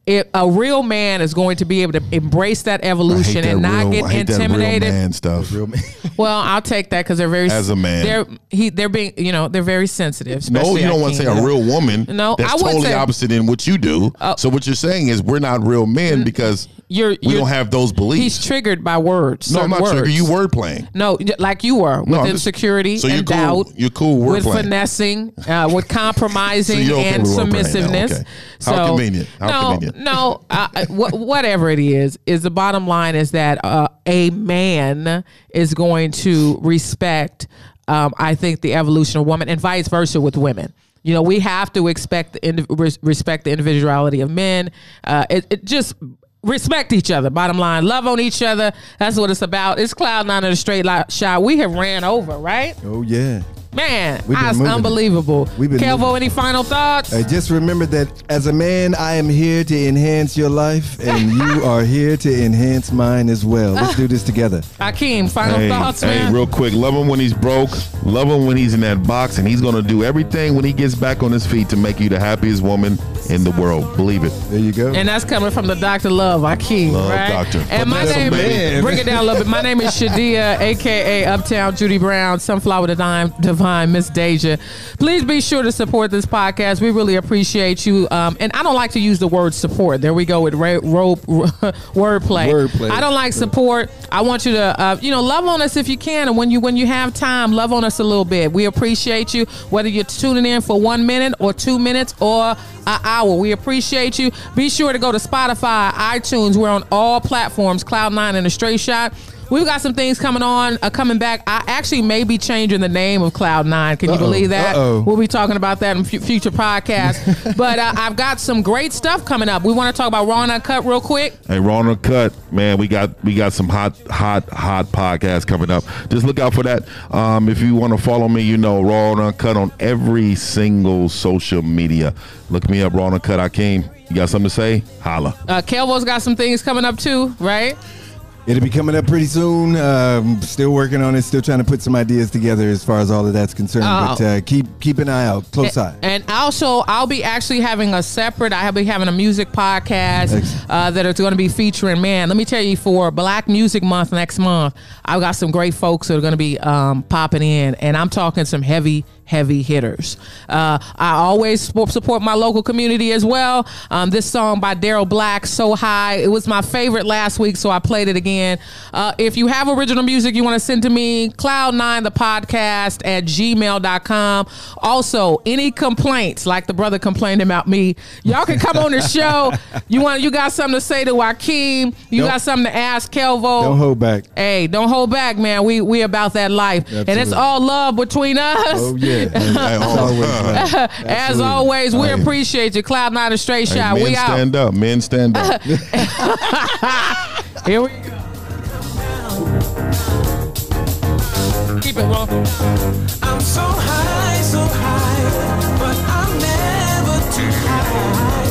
It, a real man is going to be able to embrace that evolution that and not real- get I hate that real intimidated man stuff. Real man. well, I'll take that because they're very As a man. They're he they're being you know they're very sensitive. No, especially you don't at want to say Keenan. a real woman. No, that's I wouldn't totally say- Uh, opposite in what you do. so what you're saying is we're not real men because You're, we you're- don't have those beliefs. He's triggered by words. no, certain I'm not words. trigger. You word playing. No, y- like you were No, with I'm just- insecurity so you're and cool- doubt. you're cool word with playing. finessing, uh, with So compromising you're okay and with word playing now, submissiveness. okay. How convenient, how no, convenient. no, uh, wh- whatever it is, is the bottom line is that uh, a man is going to respect. Um, I think the evolution of woman and vice versa with women. You know, we have to expect the indi- res- respect the individuality of men. Uh, it, it just respect each other. Bottom line, love on each other. That's what it's about. It's cloud nine of the straight li- shot. We have ran over, right? Oh yeah. Man, We've been that's moving. unbelievable. We've been Kelvo, moving. any final thoughts? Hey, Uh, just remember that as a man, I am here to enhance your life, and you are here to enhance mine as well. Let's do this together. Akeem, final Hey, thoughts, hey, man. real quick, love him when he's broke. Love him when he's in that box, and he's gonna do everything when he gets back on his feet to make you the happiest woman in the world. Believe it. There you go. and that's coming from the Dr. Love, Akeem, Love right? Doctor. And But my that's a name, man. bring it down a little bit. My name is Shadia, aka Uptown Judy Brown, Sunflower with a Dime, Divine Miss Deja. Please be sure to support this podcast. We really appreciate you. Um, and I don't like to use the word support. There we go with ra- rope wordplay. Wordplay. I don't like support. I want you to, uh, you know, love on us if you can, and when you when you have time, love on us a little bit. We appreciate you, whether you're tuning in for one minute or two minutes or an hour. We appreciate you. Be sure to go to Spotify, iTunes. We're on all platforms. Cloud Nine and a Straight Shot. We've got some things coming on, uh, coming back. I actually may be changing the name of Cloud Nine. Can you believe that? Uh-oh. We'll be talking about that in fu- future podcasts. but uh, I've got some great stuff coming up. We want to talk about Raw and Uncut real quick. Hey, Ron or Cut, man, we got we got some hot, hot, hot podcasts coming up. Just look out for that. Um, if you want to follow me, you know Raw and Uncut on every single social media. Look me up, Raw and Uncut. I came. You got something to say? Holla. Uh, Kelvo's got some things coming up too, right? It'll be coming up pretty soon. Um, still working on it. Still trying to put some ideas together as far as all of that's concerned. But Oh. uh, keep keep an eye out, close eye. And also, I'll be actually having a separate. I'll be having a music Thanks. podcast uh, that is going to be featuring. Man, let me tell you, for Black Music Month next month, I've got some great folks that are going to be um, popping in, and I'm talking some heavy, heavy hitters. Uh, I always support, support my local community as well. Um, this song by Daryl Black, "So High," it was my favorite last week, so I played it again. Uh, if you have original music you want to send to me, cloud9 the podcast at gmail.com. Also, any complaints, like the brother complained about me, y'all can come on the show. You want you got something to say to Joaquin, you Don't- got something to ask Kelvo. Don't hold back. Hey, don't hold back, man. We we about that life. And it's Absolutely. all love between us. Oh yeah. Hey, It's all- always love. As Absolutely. always, we Hey. appreciate you. Cloud Nine and Straight Hey, Shot. men we out. stand up. Men stand up. Here we go. Keep it rolling. I'm so high, so high, but I'm never too high.